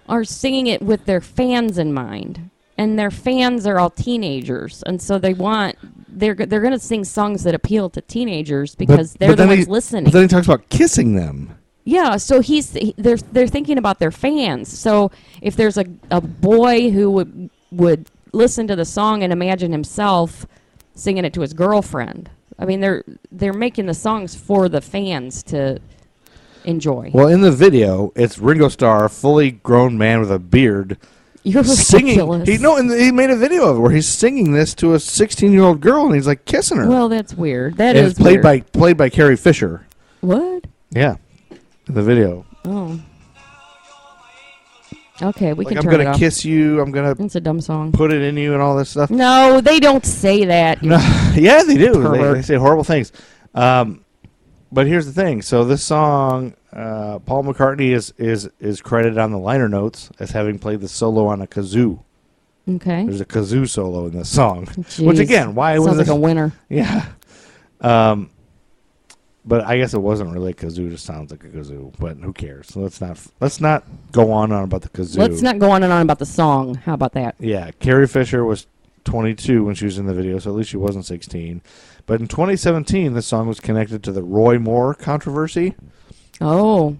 are singing it with their fans in mind, and their fans are all teenagers, and so they want they're go- they're going to sing songs that appeal to teenagers because they're the
then
ones
he-
listening.
But then he talks about kissing them.
yeah, so he's he- they're they're thinking about their fans. So if there's a a boy who would would listen to the song and imagine himself singing it to his girlfriend. I mean, they're they're making the songs for the fans to enjoy.
Well, in the video, it's Ringo Starr, a fully grown man with a
(laughs)
beard,
(laughs) You're
singing.
ridiculous.
He, no, and he made a video of it where he's singing this to a 16 year old girl, and he's like kissing her.
Well, that's weird. That
and
is
it's played
weird.
by played by Carrie Fisher.
what?
Yeah, in the video.
Oh. Okay, we
like
can
I'm
turn it
gonna
off. Mm.
kiss you. I'm gonna
It's a dumb song.
put it in you, and all this stuff.
No, they don't say that.
No, (laughs) yeah, they do. They,
Pervert.
they say horrible things. Um, but here's the thing. So this song, uh, Paul McCartney is is is credited on the liner notes as having played the solo on a kazoo. (laughs)
Okay.
There's a kazoo solo in this song, (laughs) which
Jeez.
again, why
Sounds
was
like
this?
a winner.
(laughs) yeah. Um, but I guess it wasn't really a kazoo. It just sounds like a kazoo. But who cares? So let's not let's not go on on about the kazoo.
Let's not go on and on about the song. How about that?
Yeah, Carrie Fisher was 22 when she was in the video, so at least she wasn't 16. But in 2017, the song was connected to the Roy Moore controversy.
Oh,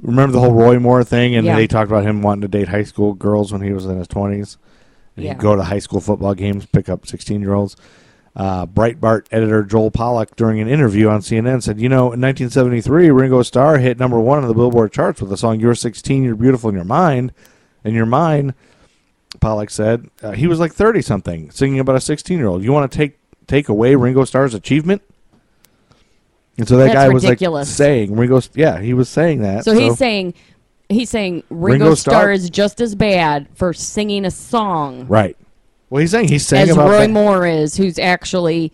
Remember the whole Roy Moore thing, and
Yeah.
they talked about him wanting to date high school girls when he was in his 20s, and
Yeah.
he'd go to high school football games, pick up 16-year-olds. Uh, Breitbart editor Joel Pollack, during an interview on CNN, said, "You know, in 1973, Ringo Starr hit number one on the Billboard charts with the song "You're 16, You're Beautiful in Your Mind." In your mind, Pollack said, uh, he was like 30 something, singing about a 16-year-old. You want to take take away Ringo Starr's achievement?" And so that
That's
guy was
ridiculous.
like saying, "Ringo, yeah, he was saying that."
so he's saying, he's saying Ringo,
Ringo
Starr,
Starr-
is just as bad for singing a song
Right. Well, he's saying he's saying
as
about
Roy
ba-
Moore is, who's actually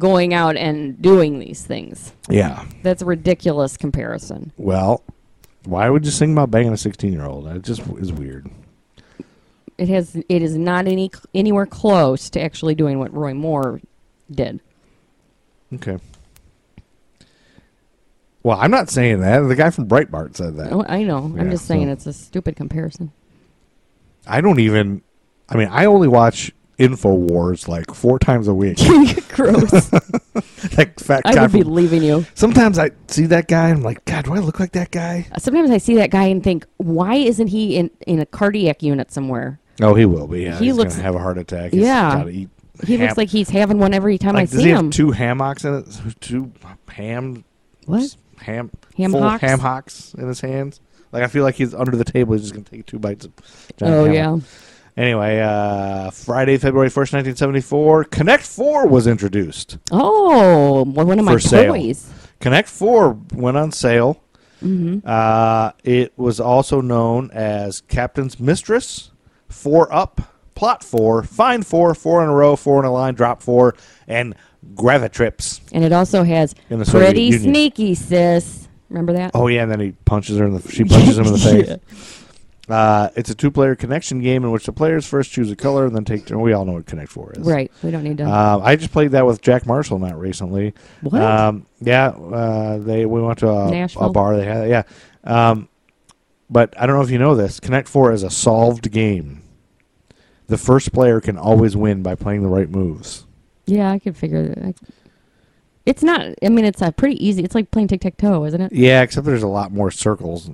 going out and doing these things.
Yeah.
That's a ridiculous comparison.
Well, why would you sing about banging a sixteen-year-old? That just is weird.
It has, it is not any anywhere close to actually doing what Roy Moore did.
Okay. Well, I'm not saying that. The guy from Breitbart said that.
Oh, I know.
Yeah,
I'm just saying
so-
it's a stupid
(laughs)
comparison. (laughs)
I don't even. I mean, I only watch Infowars like four times a
(laughs)
week.
Gross.
like fat
I
guy.
would be
from-
leaving you.
Sometimes I see that guy. and I'm like, God, do I look like that guy?
Sometimes I see that guy and think, why isn't he in, in a cardiac unit somewhere?
Oh, he will be. Yeah,
He
he's
looks-
gonna have a heart attack. He's
Yeah.
gotta eat
He
ham-
looks like he's having one every time
Like,
I
does
see
he
him.
have two hammocks in it? Two ham
what?
ham
Ham
full
hocks?
ham hocks in his hands. Like I feel like he's under the table. He's just gonna take two bites. Of giant
Oh
ham.
yeah.
Anyway, uh, Friday, February first, nineteen seventy four, Connect Four was introduced.
Oh, one one of my
For sale.
toys. Mm-hmm.
Connect Four went on sale. Uh, it was also known as Captain's Mistress, Four Up, Plot Four, Find Four, Four in a Row, Four in a Line, Drop Four, and Gravitrips.
And it also has
In the Soviet
pretty
Union.
sneaky sis. Remember that?
Oh yeah, and then he punches her in the. She punches him in
(laughs)
the face. Uh, it's a two-player connection game in which the players first choose a color and then take turn. We all know what Connect Four is,
Right. We don't need to.
Uh, I just played that with Jack Marshall not recently.
What?
Um, yeah, uh, they we went to a, a
Nashville?
bar. They had yeah, um, but I don't know if you know this. Connect Four is a solved game. The first player can always win by playing the right moves.
yeah, I could figure that. I, it's not. I mean, it's a pretty easy. It's like playing tic tac toe, isn't it?
Yeah, except there's a lot more circles,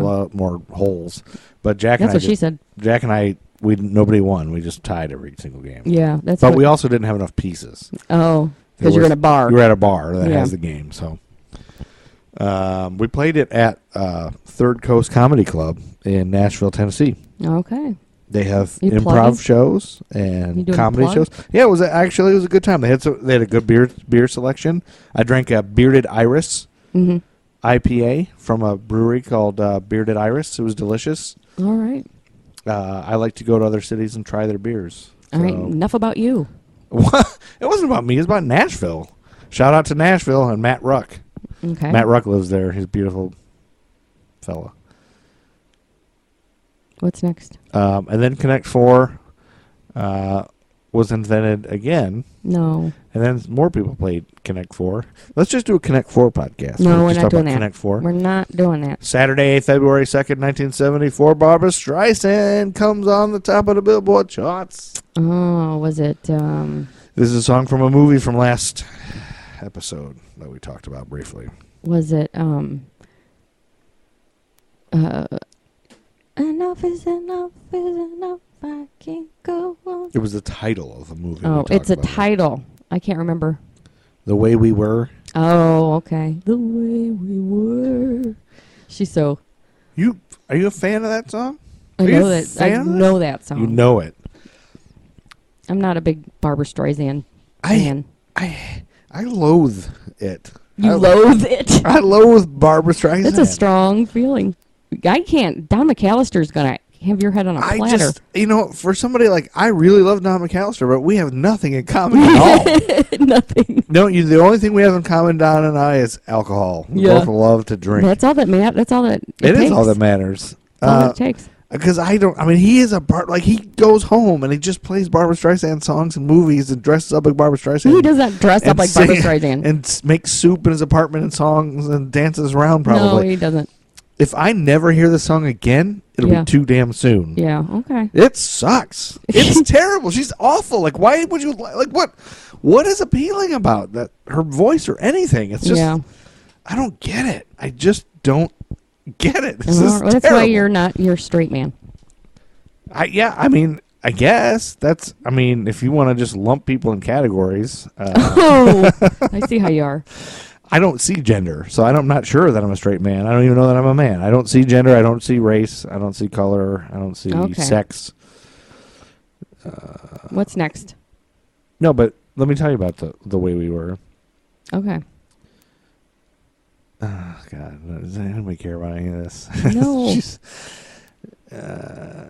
a lot more holes. But Jack
that's
and I
what she
just-
said.
Jack and I we nobody won. We just tied every single game.
Yeah. That's.
But
what,
we also didn't have enough pieces.
Oh,
There
because you're
was-
in a bar.
We were at a bar that
Yeah.
has the game, so um, we played it at uh, Third Coast Comedy Club in Nashville, Tennessee.
Okay.
They have
You
improv
plugging?
shows
You
and
doing a
comedy
plug?
shows. Yeah, it was a- actually it was a good time. They had so, they had a good beer beer selection. I drank a Bearded Iris
hmm
IPA from a brewery called uh, Bearded Iris. It was delicious.
All right.
Uh, I like to go to other cities and try their beers.
All right.
So-
Enough about you.
What? (laughs) It wasn't about me. It was about Nashville. Shout out to Nashville and Matt Ruck.
Okay.
Matt Ruck lives there. He's a beautiful fella.
What's next?
Um, and then Connect Four uh, was invented again,
No.
and then more people played Connect Four. Let's just do a Connect Four podcast.
No, we're
just
not
talk
doing
about
that.
Connect 4
We're not doing that.
Saturday, February second, nineteen seventy-four. Barbara Streisand comes on the top of the Billboard charts.
Oh, was it? Um,
This is a song from a movie from last episode that we talked about briefly.
was it? Um, uh, Enough is enough is enough. I can't go on.
It was the title of the movie. we
Oh,
talked
it's a
about.
title. I can't remember.
The way we were.
Oh, okay. The way we were. She's so.
You are you a fan of that song?
I
Are you
know
a
that. I
fan of that?
know that song.
You know it.
I'm not a big Barbara Streisand
I
fan.
I I loathe it.
You
I,
loathe (laughs) it.
I loathe Barbara Streisand.
It's a strong feeling. I can't. Don McAllister's gonna have your head on a
I
platter.
just you know for somebody like I really love Don McAllister, but we have nothing in common at
(laughs)
all.
Nothing.
No, you, the only thing we have in common, Don and I, is alcohol. We
Yeah.
both love to drink.
That's all that matters. That's all that. It,
it
takes.
is all that matters.
That's all
Uh,
it takes.
Because I don't. I mean, he is a bar. Like he goes home and he just plays Barbara Streisand songs and movies and dresses up like Barbara Streisand.
He does not dress
(laughs)
up
and
like Barbara
sing-
Streisand.
and s- makes soup in his apartment and songs and dances around.
No,
Probably.
he doesn't.
if I never hear the song again, it'll
Yeah.
be too damn soon.
Yeah. Okay.
It sucks.
(laughs)
It's terrible. She's awful. Like, why would you li- like what? What is appealing about that? Her voice or anything? It's just
yeah.
I don't get it. I just don't get it. This
Uh-huh. Well,
is
that's why
terrible.
you're not. You're a straight
(laughs)
man.
I, yeah, I mean, I guess that's. I mean, if you want to just lump people in categories, uh,
Oh, I see how you are.
I don't see gender, so I don't, I'm not sure that I'm a straight man. I don't even know that I'm a man. I don't see gender. I don't see race. I don't see color. I don't see
Okay.
sex.
What's next?
No, but let me tell you about the the way we were.
Okay.
Oh, God, does anybody care about any of this? (laughs)
No.
She's- uh,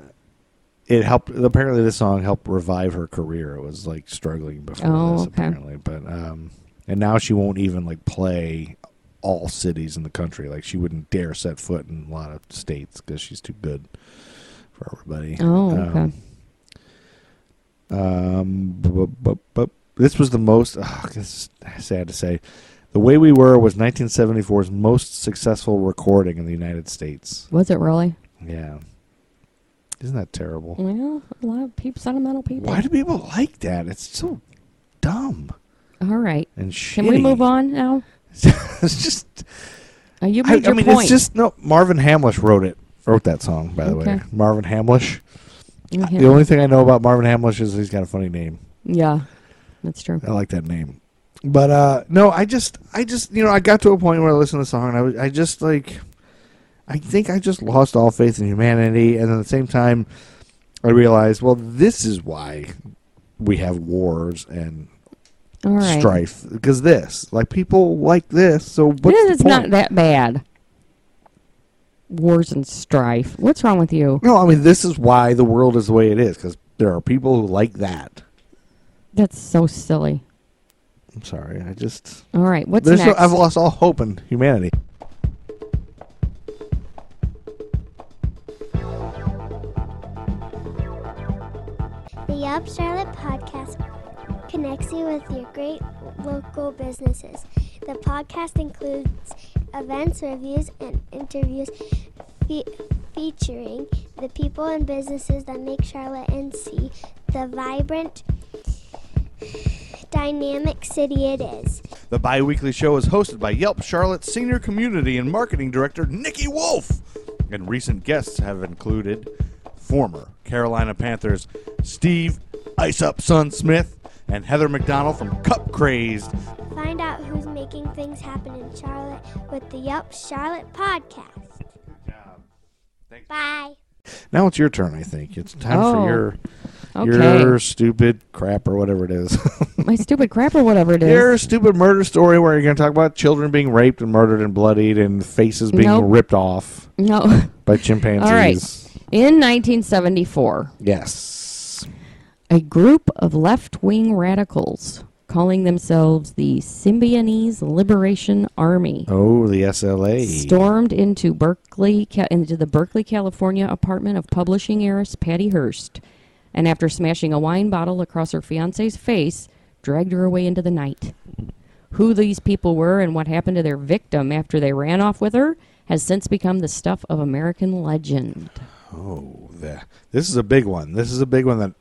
it helped. Apparently, this song helped revive her career. It was like struggling before
Oh,
this,
okay.
apparently, but um, and now she won't even like play all cities in the country. Like she wouldn't dare set foot in a lot of states because she's too good for everybody.
Oh, okay.
Um, bu- bu- bu- bu- this was the most. ah, this is sad to say. The Way We Were was 1974's most successful recording in the United States.
Was it really?
Yeah. Isn't that terrible?
Well, a lot of people, sentimental people.
Why do people like that? It's so dumb
All right.
and shitty.
Can we move on now?
(laughs) it's just.
Uh, you
I,
made
I
your
mean,
point.
it's just no. Marvin Hamlish wrote it. Wrote that song, by the way.
Okay.
Marvin Hamlish.
Okay.
The only thing I know about Marvin Hamlish is he's got a funny name.
yeah, that's true.
I like that name. But uh no, I just I just you know, I got to a point where I listened to the song and I was I just like I think I just lost all faith in humanity and at the same time I realized, well, this is why we have wars and
All right.
Uh, strife because this, like people like this. So what's
This
the
is not
point?
that bad. Wars and strife. What's wrong with you?
No, I mean this is why the world is the way it is because there are people who like that.
That's so silly.
I'm sorry, I just
All right. What's
there's no,
next?
I've lost all hope in humanity.
The Yup Charlotte podcast connects you with your great local businesses. The podcast includes events, reviews, and interviews fe- featuring the people and businesses that make Charlotte NC the vibrant, dynamic city it is.
The bi weekly show is hosted by Yelp Charlotte's Senior Community and Marketing Director Nikki Wolf. And recent guests have included former Carolina Panthers Steve Ice Up Sun Smith and Heather McDonald from Cup Crazed.
Find out who's making things happen in Charlotte with the Yup Charlotte podcast. Bye.
Now it's your turn, I think. It's time
Oh,
for your
okay.
your stupid crap or whatever it is. (laughs)
My stupid crap or whatever it is.
your stupid murder story where you're going to talk about children being raped and murdered and bloodied and faces being
Nope.
ripped off
no. (laughs)
by chimpanzees.
All right. In 1974,
Yes.
a group of left wing radicals calling themselves the Symbionese Liberation Army
Oh, the SLA.
stormed into Berkeley, Ca- into the Berkeley, California apartment of publishing heiress Patty Hearst, and after smashing a wine bottle across her fiance's face, dragged her away into the night. Who these people were and what happened to their victim after they ran off with her has since become the stuff of American legend.
Oh, the, this is a big one. This is a big one that,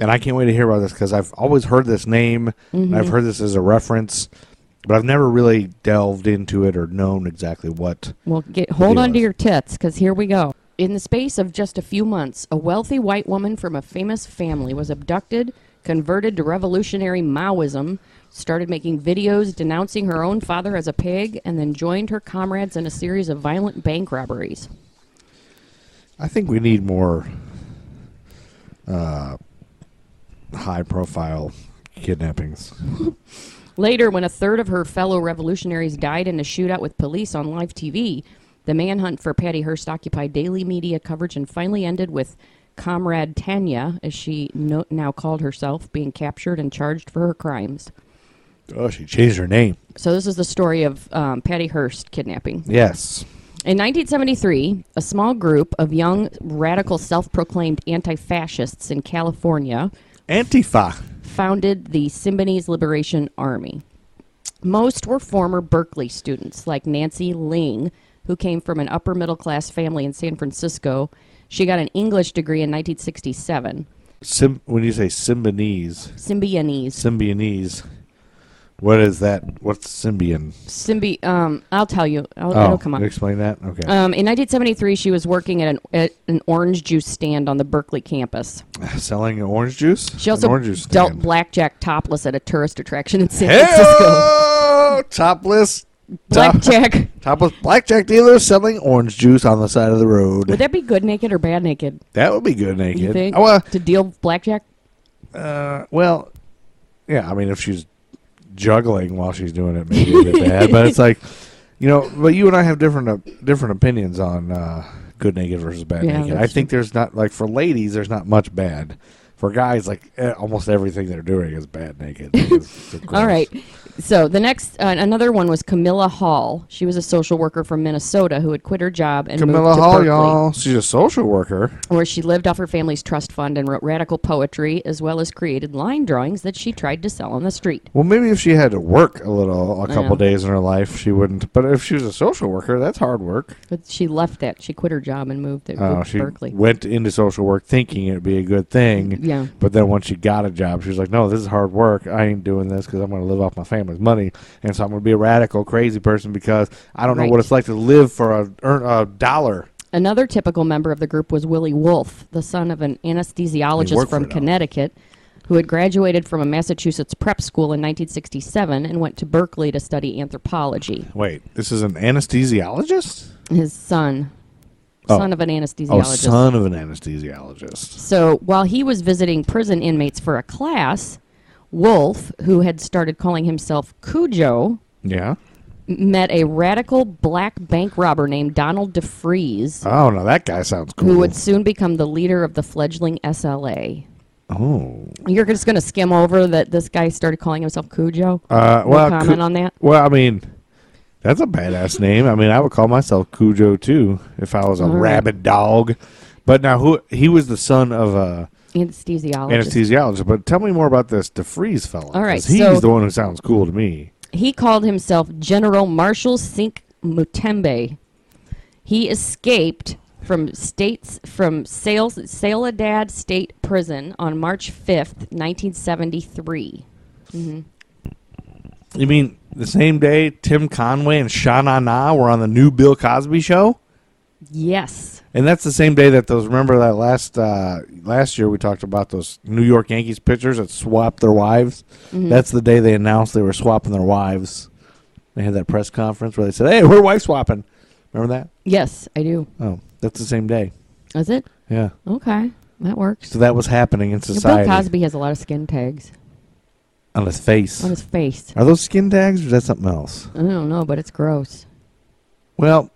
and I can't wait to hear about this because I've always heard this name. And I've heard this as a reference, but I've never really delved into it or known exactly what.
Well, get hold on to
Ridiculous.
your tits because here we go. In the space of just a few months, a wealthy white woman from a famous family was abducted, converted to revolutionary Maoism, started making videos denouncing her own father as a pig, and then joined her comrades in a series of violent bank robberies.
I think we need more uh, high profile kidnappings.
Later, when a third of her fellow revolutionaries died in a shootout with police on live TV, the manhunt for Patty Hearst occupied daily media coverage and finally ended with Comrade Tanya, as she no- now called herself, being captured and charged for her crimes.
Oh, she changed her name.
So, this is the story of um, Patty Hearst kidnapping.
Yes.
In 1973, a small group of young, radical, self proclaimed anti fascists in California
Antifa.
founded the Symbionese Liberation Army. Most were former Berkeley students, like Nancy Ling, who came from an upper middle class family in San Francisco. She got an English degree in 1967.
Sim- when you say Symbionese,
Symbionese.
Symbionese, what is that? What's Symbion?
Symbi- um, I'll tell you. I'll,
oh,
it'll come up.
explain that? Okay.
Um, in 1973, she was working at an, at an orange juice stand on the Berkeley campus.
(laughs) Selling orange juice?
She also
An orange juice
dealt
stand.
blackjack topless at a tourist attraction in
(laughs)
San Francisco.
Hey, topless. top-
Blackjack.
Topless blackjack dealer selling orange juice on the side of the road.
Would that be good naked or bad naked?
That would be good naked.
You think
Oh, uh,
to deal with blackjack?
uh, well, yeah. I mean, if she's juggling while she's doing it, maybe a bit bad. But it's like, you know. But you and I have different op- different opinions on uh, good naked versus bad
Yeah,
naked. I
that's
think there's not like for ladies, there's not much bad. For guys, like eh, almost everything they're doing is bad naked. It's so gross.
(laughs) All right. So the next, uh, another one was Camilla Hall. She was a social worker from Minnesota who had quit her job and
Camilla
moved to
Hall,
Berkeley,
y'all. She's a social worker.
where she lived off her family's trust fund and wrote radical poetry as well as created line drawings that she tried to sell on the street.
Well, maybe if she had to work a little, a couple
know.
days in her life, she wouldn't. But if she was a social worker, that's hard work.
But she left that. She quit her job and moved, it,
Oh,
moved
she
to Berkeley.
went into social work thinking it'd be a good thing.
Yeah.
But then once she got a job, she was like, "No, this is hard work. I ain't doing this because I'm going to live off my family's money, and so I'm going to be a radical, crazy person because I don't know
Right.
what it's like to live for a earn a dollar."
Another typical member of the group was Willie Wolf, the son of an
They work
anesthesiologist
for
from
it all.
Connecticut, who had graduated from a Massachusetts prep school in 1967 and went to Berkeley to study anthropology.
Wait, this is an anesthesiologist.
His son,
Oh.
son of an
Oh,
anesthesiologist.
son of an anesthesiologist.
So while he was visiting prison inmates for a class, Wolf, who had started calling himself Cujo,
Yeah.
m- met a radical black bank robber named Donald DeFries,
Oh, now that guy sounds cool.
who would soon become the leader of the fledgling SLA.
oh.
You're just going to skim over that this guy started calling himself Cujo?
Uh,
No
well,
comment
Cu-
on that?
Well, I mean, that's a badass name. I mean, I would call myself Cujo too if I was a
All right.
rabid dog. But now, who he was the son of a
Anesthesiologist.
anesthesiologist. But tell me more about this DeFreeze fellow.
All right,
'cause he's
so-
the one who sounds cool to me.
he called himself General Marshal Sink Mutembe. He escaped from states from Sal- Saladad State Prison on March 5th, 1973.
You mean the same day Tim Conway and Sha Na Na were on the new Bill Cosby show?
Yes.
And that's the same day that those. Remember that last uh, last year we talked about those New York Yankees pitchers that swapped their wives.
Mm-hmm.
That's the day they announced they were swapping their wives. They had that press conference where they said, "Hey, we're wife swapping." Remember that?
Yes, I do.
Oh, that's the same day.
Is it?
Yeah.
Okay. That works.
So that was happening in
Bill
society
Cosby has a lot of skin tags
on his face.
on his face.
Are those skin tags or is that something else?
I don't know, but it's (laughs) gross.
Well,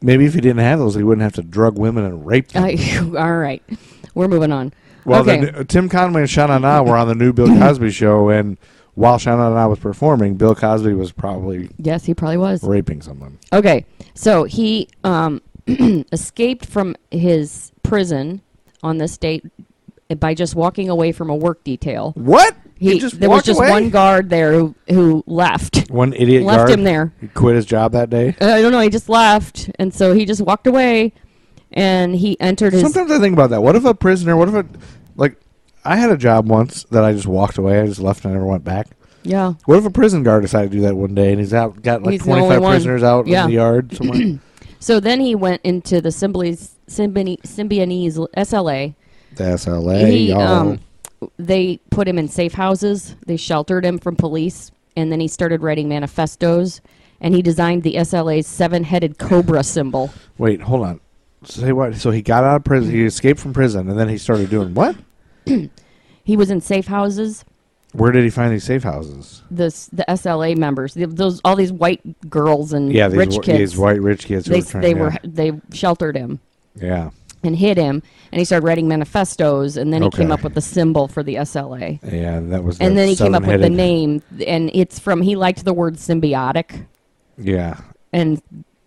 maybe if he didn't have those, he wouldn't have to drug women and rape them.
I, (laughs) all right. We're moving on.
Well,
okay.
the, uh, Tim Conway and Shannon Na were on the (coughs) new Bill Cosby show, and while Shannon Na was performing, Bill Cosby was probably
yes, he probably was.
raping someone.
Okay, so he um, (clears throat) escaped from his prison on this date by just walking away from a work detail.
What?
He, there was just one guard there who, who left.
One idiot
left
guard
him there.
He quit his job that day.
Uh, I don't know. He just left, and so he just walked away, and he entered his.
Sometimes I think about that. What if a prisoner? What if a like? I had a job once that I just walked away. I just left and I never went back.
yeah,
What if a prison guard decided to do that one day and he's out got like
He's the
twenty
only
five
one.
prisoners out
Yeah. (coughs)
in the yard somewhere?
So then he went into the Symbionese, Symbionese SLA.
That's LA,
he,
y'all.
um, they put him in safe houses. They sheltered him from police, and then he started writing manifestos. And he designed the SLA's seven-headed cobra symbol.
Wait, hold on. Say what? So he got out of prison. He escaped from prison, and then he started doing what?
He was in safe houses.
Where did he find these safe houses?
The s- the SLA members, th- those all these white girls and
Mm, Yeah, these,
rich
wh-
kids.
these white rich kids. who were
they s-
trying,
they
yeah.
were they sheltered him
Yeah,
and hid him, and he started writing manifestos, and then he came
Okay.
up with the symbol for the SLA.
yeah. and That was.
and
the
then he came up with the
seven-headed-
name and it's from he liked the word symbiotic
Yeah.
and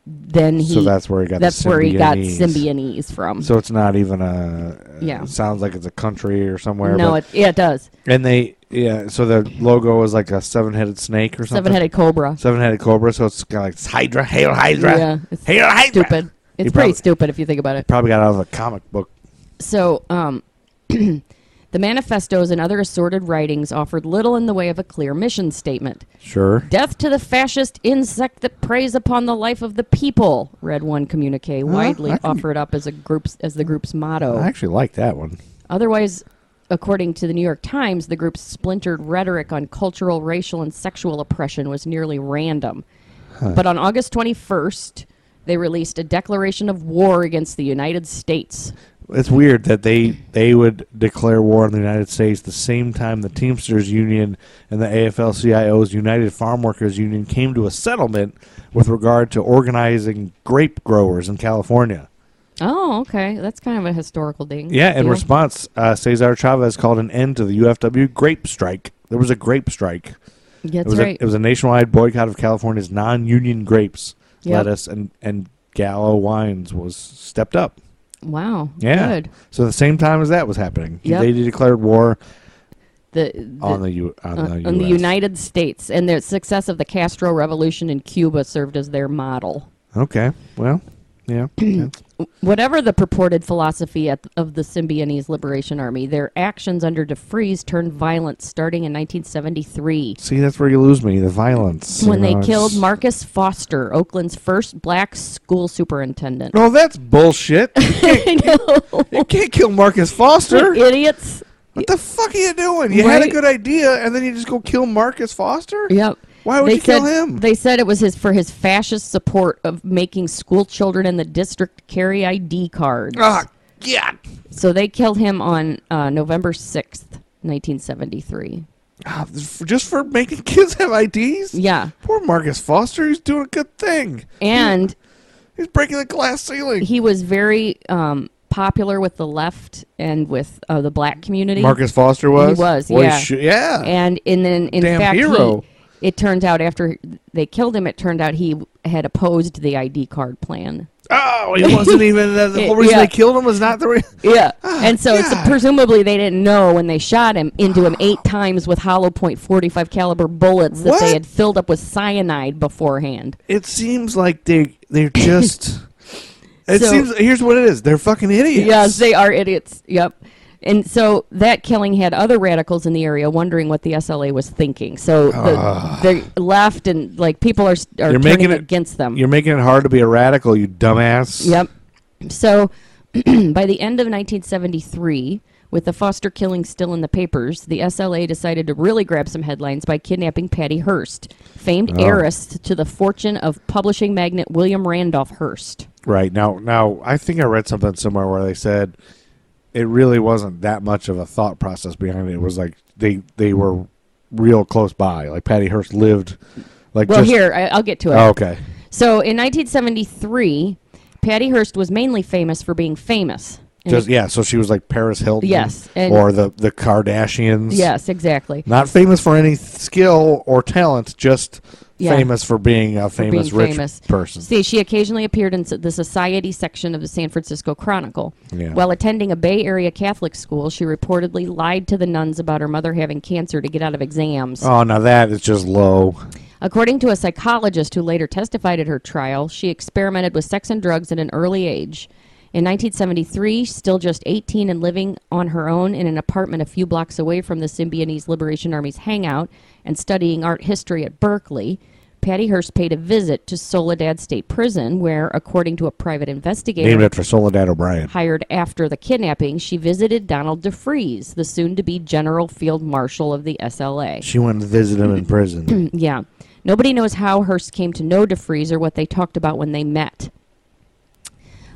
then he
so that's where he got. the
that's where he got
Symbionese.
symbionese from
So it's not even a.
Yeah.
Sounds like it's a country or somewhere.
no
but-
it, yeah, it does
And they yeah. So the logo is like a seven-headed snake or something.
seven-headed cobra
Seven-headed cobra. So it's kind of like it's Hydra, hail Hydra,
yeah it's
hail Hydra.
stupid it's pretty
probably-
stupid if you think about it
Probably got out of a comic book.
So, um, (clears throat) the manifestos and other assorted writings offered little in the way of a clear mission statement.
Sure.
Death to the fascist insect that preys upon the life of the people, read one communique widely
I can-
offered up as a group's as the group's motto.
I actually like that one.
Otherwise, according to the New York Times, the group's splintered rhetoric on cultural, racial, and sexual oppression was nearly random. But on August 21st, they released a declaration of war against the United States.
It's weird that they they would declare war on the United States the same time the Teamsters Union and the AFL-CIO's United Farm Workers Union came to a settlement with regard to organizing grape growers in California.
Oh, okay. That's kind of a historical thing.
Yeah, in
deal.
response, uh, Cesar Chavez called an end to the UFW grape strike. There was a grape strike.
That's
it was
right.
a, it was a nationwide boycott of California's non-union grapes,
Yep.
lettuce, and and Gallo wines was stepped up.
wow.
Yeah.
Good.
So the same time as that was happening,
Yep.
they declared war
The, the,
on the U on
uh,
the,
on the
US.
United States and the success of the Castro Revolution in Cuba served as their model.
Okay. Well,
(clears throat)
yeah. that's-
Whatever the purported philosophy at, of the Symbionese Liberation Army, their actions under DeFries turned violent starting in 1973
see, that's where you lose me. The violence
when
you
they
know, it's-
killed Marcus Foster, Oakland's first black school (laughs) superintendent.
No, that's bullshit.
(laughs)
You can't, you can't kill Marcus Foster.
Idiots.
What the fuck are you doing? You had a
Right?
good idea, and then you just go kill Marcus Foster.
Yep.
Why would
they
you kill
said-
him?
They said it was his for his fascist support of making school children in the district carry ID cards.
Ah, God.
So they killed him on uh, November sixth, nineteen seventy three.
Ah, f- just for making (laughs) kids have IDs.
Yeah,
Poor Marcus Foster. He's doing a good thing.
and
He's breaking the glass ceiling.
he was very um, popular with the left and with uh, the black community.
Marcus Foster was.
was,
Boy,
yeah.
sh- yeah.
and and then in
Damn
fact, he-
hero.
it turned out after they killed him, it turned out he had opposed the ID card plan.
Oh, he wasn't even the,
(laughs)
the whole
Yeah.
reason they killed him was not the reason.
Yeah. and so it's
ah, God.
presumably they didn't know when they shot him into him eight times with hollow point 45 caliber bullets that
What?
they had filled up with cyanide beforehand.
It seems like they
(laughs)
they're just. it
So-
seems here's what it is. They're fucking idiots.
Yes, they are idiots. Yep. And so that killing had other radicals in the area wondering what the SLA was thinking. So the, the left and like people are, s-
Ah.
are
You're
turning
making it-
against them.
You're making it hard to be a radical, you dumbass.
Yep. So (clears throat) by the end of 1973, with the Foster killing still in the papers, the SLA decided to really grab some headlines by kidnapping Patty Hearst, famed
Oh.
heiress to the fortune of publishing magnate William Randolph Hearst.
Right now, now I think I read something somewhere where they said it really wasn't that much of a thought process behind it. It was like they they were real close by. Like Patty Hearst lived. Like
Well,
just,
here, I, I'll get to it.
Oh, okay.
So in 1973, Patty Hearst was mainly famous for being famous. And
Just
it-
yeah. So she was like Paris Hilton.
Yes, and-
Or the the Kardashians.
yes, exactly.
Not famous for any skill or talent, just
Yeah.
famous for being a famous
being
rich
famous.
person.
See, she occasionally appeared in s- the society section of the San Francisco Chronicle.
Yeah.
While attending a Bay Area Catholic school, she reportedly lied to the nuns about her mother having cancer to get out of exams.
Oh, now that is just low.
According to a psychologist who later testified at her trial, she experimented with sex and drugs at an early age. In 1973, still just 18 and living on her own in an apartment a few blocks away from the Symbionese Liberation Army's hangout and studying art history at Berkeley, Patty Hearst paid a visit to Soledad State Prison, where, according to a private investigator,
Named after Soledad O'Brien.
hired after the kidnapping, she visited Donald DeFries, the soon to be General Field Marshal of the SLA.
She went to visit him
(clears throat)
in prison.
Yeah. Nobody knows how Hearst came to know DeFries or what they talked about when they met.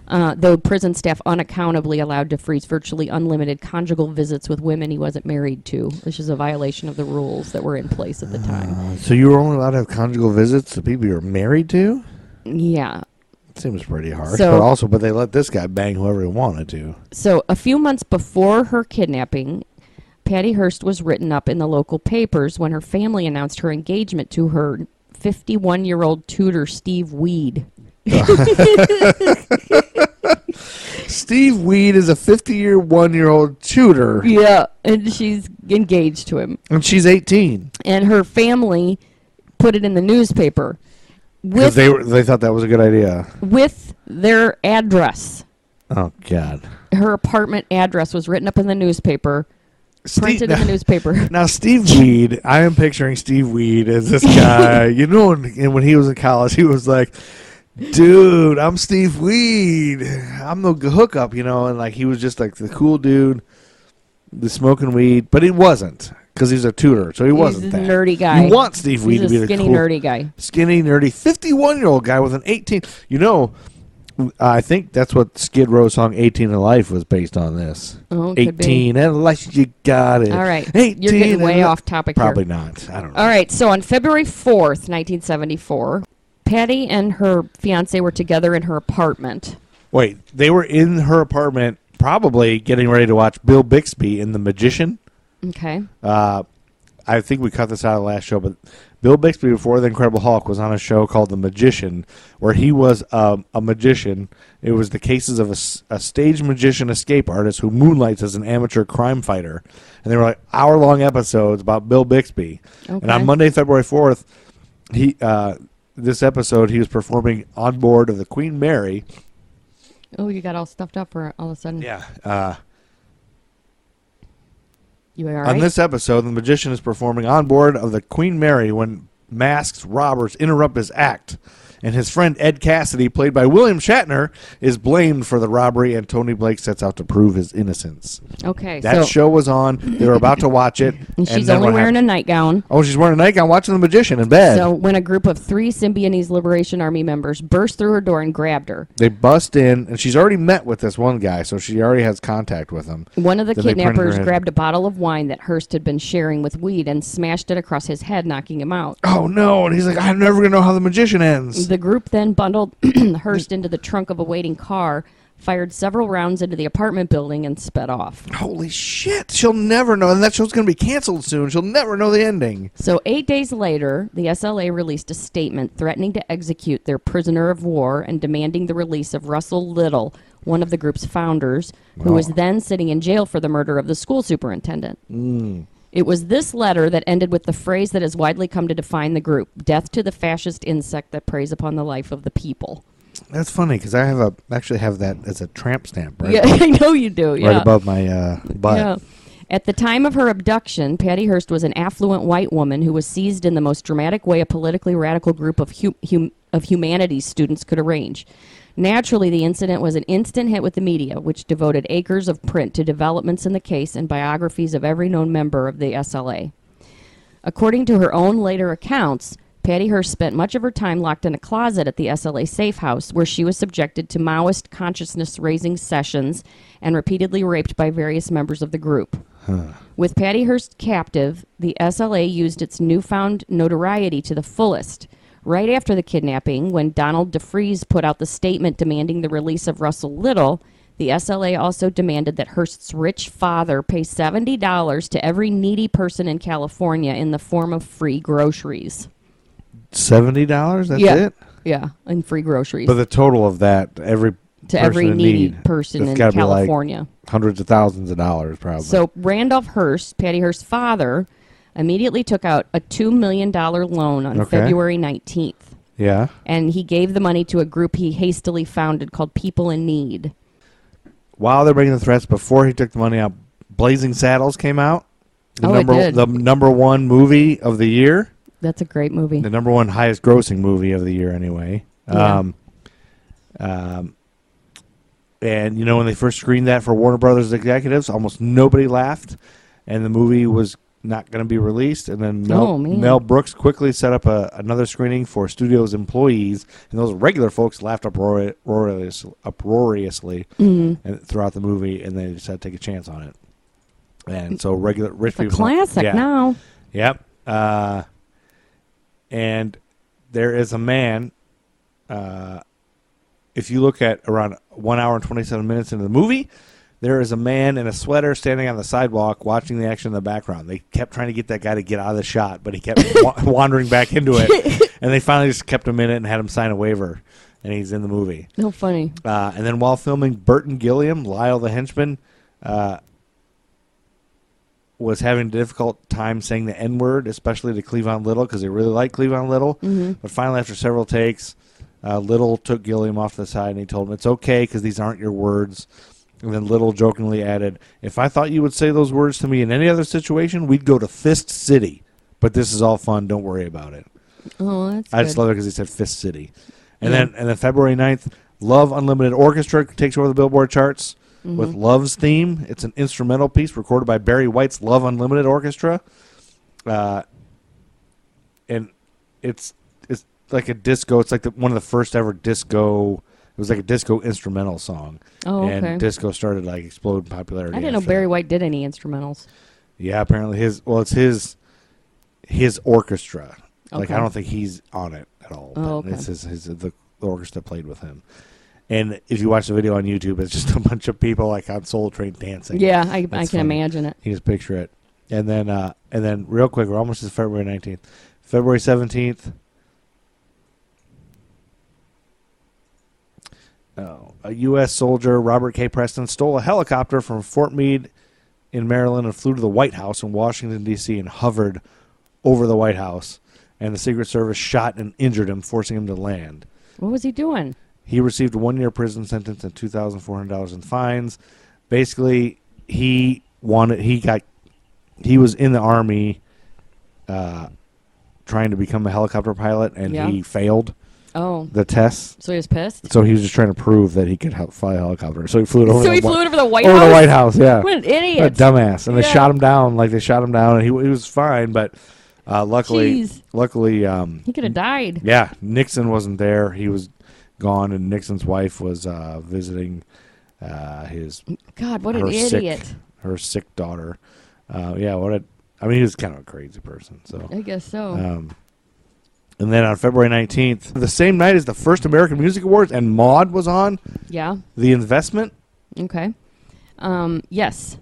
Uh, though prison staff unaccountably allowed DeFries virtually unlimited conjugal visits with women he wasn't married to, which is a violation of the rules that were in place at the time.
so you were only allowed to have conjugal visits to people you were married to?
Yeah.
Seems pretty harsh.
So-
but also, but they let this guy bang whoever he wanted to.
So, a few months before her kidnapping, Patty Hearst was written up in the local papers when her family announced her engagement to her 51 year old tutor, Steve Weed.
Steve Weed is a 50 year, one year old tutor,
Yeah. And she's engaged to him.
and she's 18.
And her family put it in the newspaper
Because
with,
they, were- they thought that was a good idea.
with their address.
Oh, God.
Her apartment address was written up in the newspaper, printed in
(laughs)
the newspaper.
Now, Steve Weed, I am picturing Steve Weed as this guy.
(laughs)
you know, when, and when he was in college, he was like, dude, I'm Steve Weed. I'm the g- hookup, you know? And like, he was just like the cool dude, the smoking weed, but he wasn't because he's a tutor. So he wasn't
He's a
that.
nerdy guy.
You want Steve Weed
He's
to
a
be the
skinny,
cool,
nerdy guy.
skinny, nerdy, 51 year old guy with an 18. You know, I think that's what Skid Row song 18 in Life was based on this.
Oh, it could be.
18 and life, you got it.
All right.
18
You're getting
and
way
li-
off topic here.
Probably not. I don't know.
All right, so on February 4th, 1974, Patty and her fiance were together in her apartment.
Wait, they were in her apartment, probably getting ready to watch Bill Bixby in The Magician.
Okay.
Uh, I think we cut this out of the last show, but Bill Bixby before the Incredible Hulk was on a show called The Magician, where he was um, a magician. It was the cases of a, s- a stage magician escape artist who moonlights as an amateur crime fighter, and they were like hour long episodes about Bill Bixby. And
Okay.
on Monday, February fourth, he uh, this episode he was performing on board of the Queen Mary.
Oh, you got all stuffed up for all of a sudden.
Yeah. Uh,
You are
On this episode, the magician is performing on board of the Queen Mary when masked robbers interrupt his act. And his friend Ed Cassidy, played by William Shatner, is blamed for the robbery, and Tony Blake sets out to prove his innocence.
Okay,
That
so
show was on. They were about to watch it.
(laughs) and she's only wearing a nightgown.
Oh, she's wearing a nightgown watching The Magician in bed.
So when a group of three Symbionese Liberation Army members burst through her door and grabbed her,
they bust in, and she's already met with this one guy, so she already has contact with him.
one of the
Then they printed her
kidnappers
head.
grabbed a bottle of wine that Hearst had been sharing with Weed and smashed it across his head, knocking him out.
Oh, no. And he's like, I'm never going to know how The Magician ends.
The group then bundled (clears throat) Hearst into the trunk of a waiting car, fired several rounds into the apartment building, and sped off.
Holy shit. She'll never know. And that show's going to be canceled soon. She'll never know the ending.
So, eight days later, the SLA released a statement threatening to execute their prisoner of war and demanding the release of Russell Little, one of the group's founders, who was then sitting in jail for the murder of the school superintendent. It was this letter that ended with the phrase that has widely come to define the group death to the fascist insect that preys upon the life of the people.
That's funny because I have a actually have that as a tramp stamp (laughs) right,
(laughs) Yeah, I know you do.
right
yeah.
above my uh, butt.
Yeah. At the time of her abduction, Patty Hearst was an affluent white woman who was seized in the most dramatic way a politically radical group of, hu- hum- of humanities students could arrange. Naturally, the incident was an instant hit with the media, which devoted acres of print to developments in the case and biographies of every known member of the SLA. According to her own later accounts, Patty Hearst spent much of her time locked in a closet at the SLA safe house, where she was subjected to Maoist consciousness raising sessions and repeatedly raped by various members of the group. With Patty Hearst captive, the SLA used its newfound notoriety to the fullest. Right after the kidnapping, when Donald DeFries put out the statement demanding the release of Russell Little, the SLA also demanded that Hearst's rich father pay $70 to every needy person in California in the form of free groceries.
Seventy dollars. That's it.
Yeah, and free groceries
But the total of that every
to
person
every
in
needy
need,
person
that's
in
gotta be, like,
California.
hundreds of thousands of dollars probably.
So Randolph Hearst, Patty Hearst's father, immediately took out a $2 million loan on
Okay.
February 19th.
yeah.
And he gave the money to a group he hastily founded called People in Need.
While they're making the threats, before he took the money out, Blazing Saddles came out. The
Oh, it
number
did.
the number one movie of the year.
That's a great movie.
the number one highest grossing movie of the year anyway.
Yeah.
Um, um, and you know when they first screened that for Warner Brothers executives, almost nobody laughed, and the movie was not going to be released. And then Mel,
Oh, man.
Mel Brooks quickly set up a, another screening for studios employees, and those regular folks laughed uproari- uproarious, uproariously
Mm.
and- throughout the movie, and they decided to take a chance on it. And so regular rich
It's a
people
classic
yeah.
now.
Yep. Uh, and there is a man. Uh, if you look at around one hour and twenty-seven minutes into the movie, there is a man in a sweater standing on the sidewalk watching the action in the background. They kept trying to get that guy to get out of the shot, but he kept (laughs) wa- wandering back into it. And they finally just kept him in it and had him sign a waiver, and he's in the movie.
No funny.
Uh, and then while filming, Burton Gilliam, Lyle the henchman, uh, was having a difficult time saying the N word, especially to Cleavon Little because they really liked Cleavon Little. But finally, after several takes, uh, Little took Gilliam off to the side and he told him, It's okay because these aren't your words. And then Little jokingly added, If I thought you would say those words to me in any other situation, we'd go to Fist City. But this is all fun. Don't worry about it.
Oh, that's
I just
good.
love it because he said Fist City. And
Yeah.
then and then February 9th, Love Unlimited Orchestra takes over the Billboard charts
Mm-hmm.
with Love's theme. It's an instrumental piece recorded by Barry White's Love Unlimited Orchestra. Uh, and it's it's like a disco. It's like the, one of the first ever disco. It was like a disco instrumental song.
Oh,
and
okay.
disco started like exploding in popularity.
I didn't know
after that.
Barry White did any instrumentals.
Yeah, apparently his well, it's his his orchestra. Like
Okay.
I don't think he's on it at all. but
Oh, okay.
It's his, his the orchestra played with him. And if you watch the video on YouTube, it's just a (laughs) bunch of people like on Soul Train dancing.
Yeah, I, I can
funny.
imagine it.
You just picture it. And then uh and then real quick, we're almost to February nineteenth. February seventeenth. Oh, a U.S. soldier, Robert K. Preston, stole a helicopter from Fort Meade in Maryland and flew to the White House in Washington, D.C., and hovered over the White House. And the Secret Service shot and injured him, forcing him to land.
What was he doing?
He received a one year prison sentence and two thousand four hundred dollars in fines. Basically, he wanted he got he was in the army, uh, trying to become a helicopter pilot, and
Yeah.
he failed
Oh,
the tests.
so he was pissed.
So he was just trying to prove that he could help fly a helicopter. So he flew it over.
So
the
he
Whi-
flew it over the White
over
House.
the White House. Yeah,
What an
What
idiot!
a dumbass! And they
Yeah.
shot him down. Like they shot him down, and he he was fine. But uh, luckily,
Jeez.
luckily, um,
He could have died.
yeah, Nixon wasn't there. He was gone, and Nixon's wife was uh, visiting uh, his
God, what an
her sick-
idiot!
her sick daughter. Uh, yeah, what a. I mean, he was kind of a crazy person. So,
I guess so.
um, and then on February nineteenth, the same night as the first American Music Awards, and Maud was on
yeah.
The Investment.
Okay. Um, yes.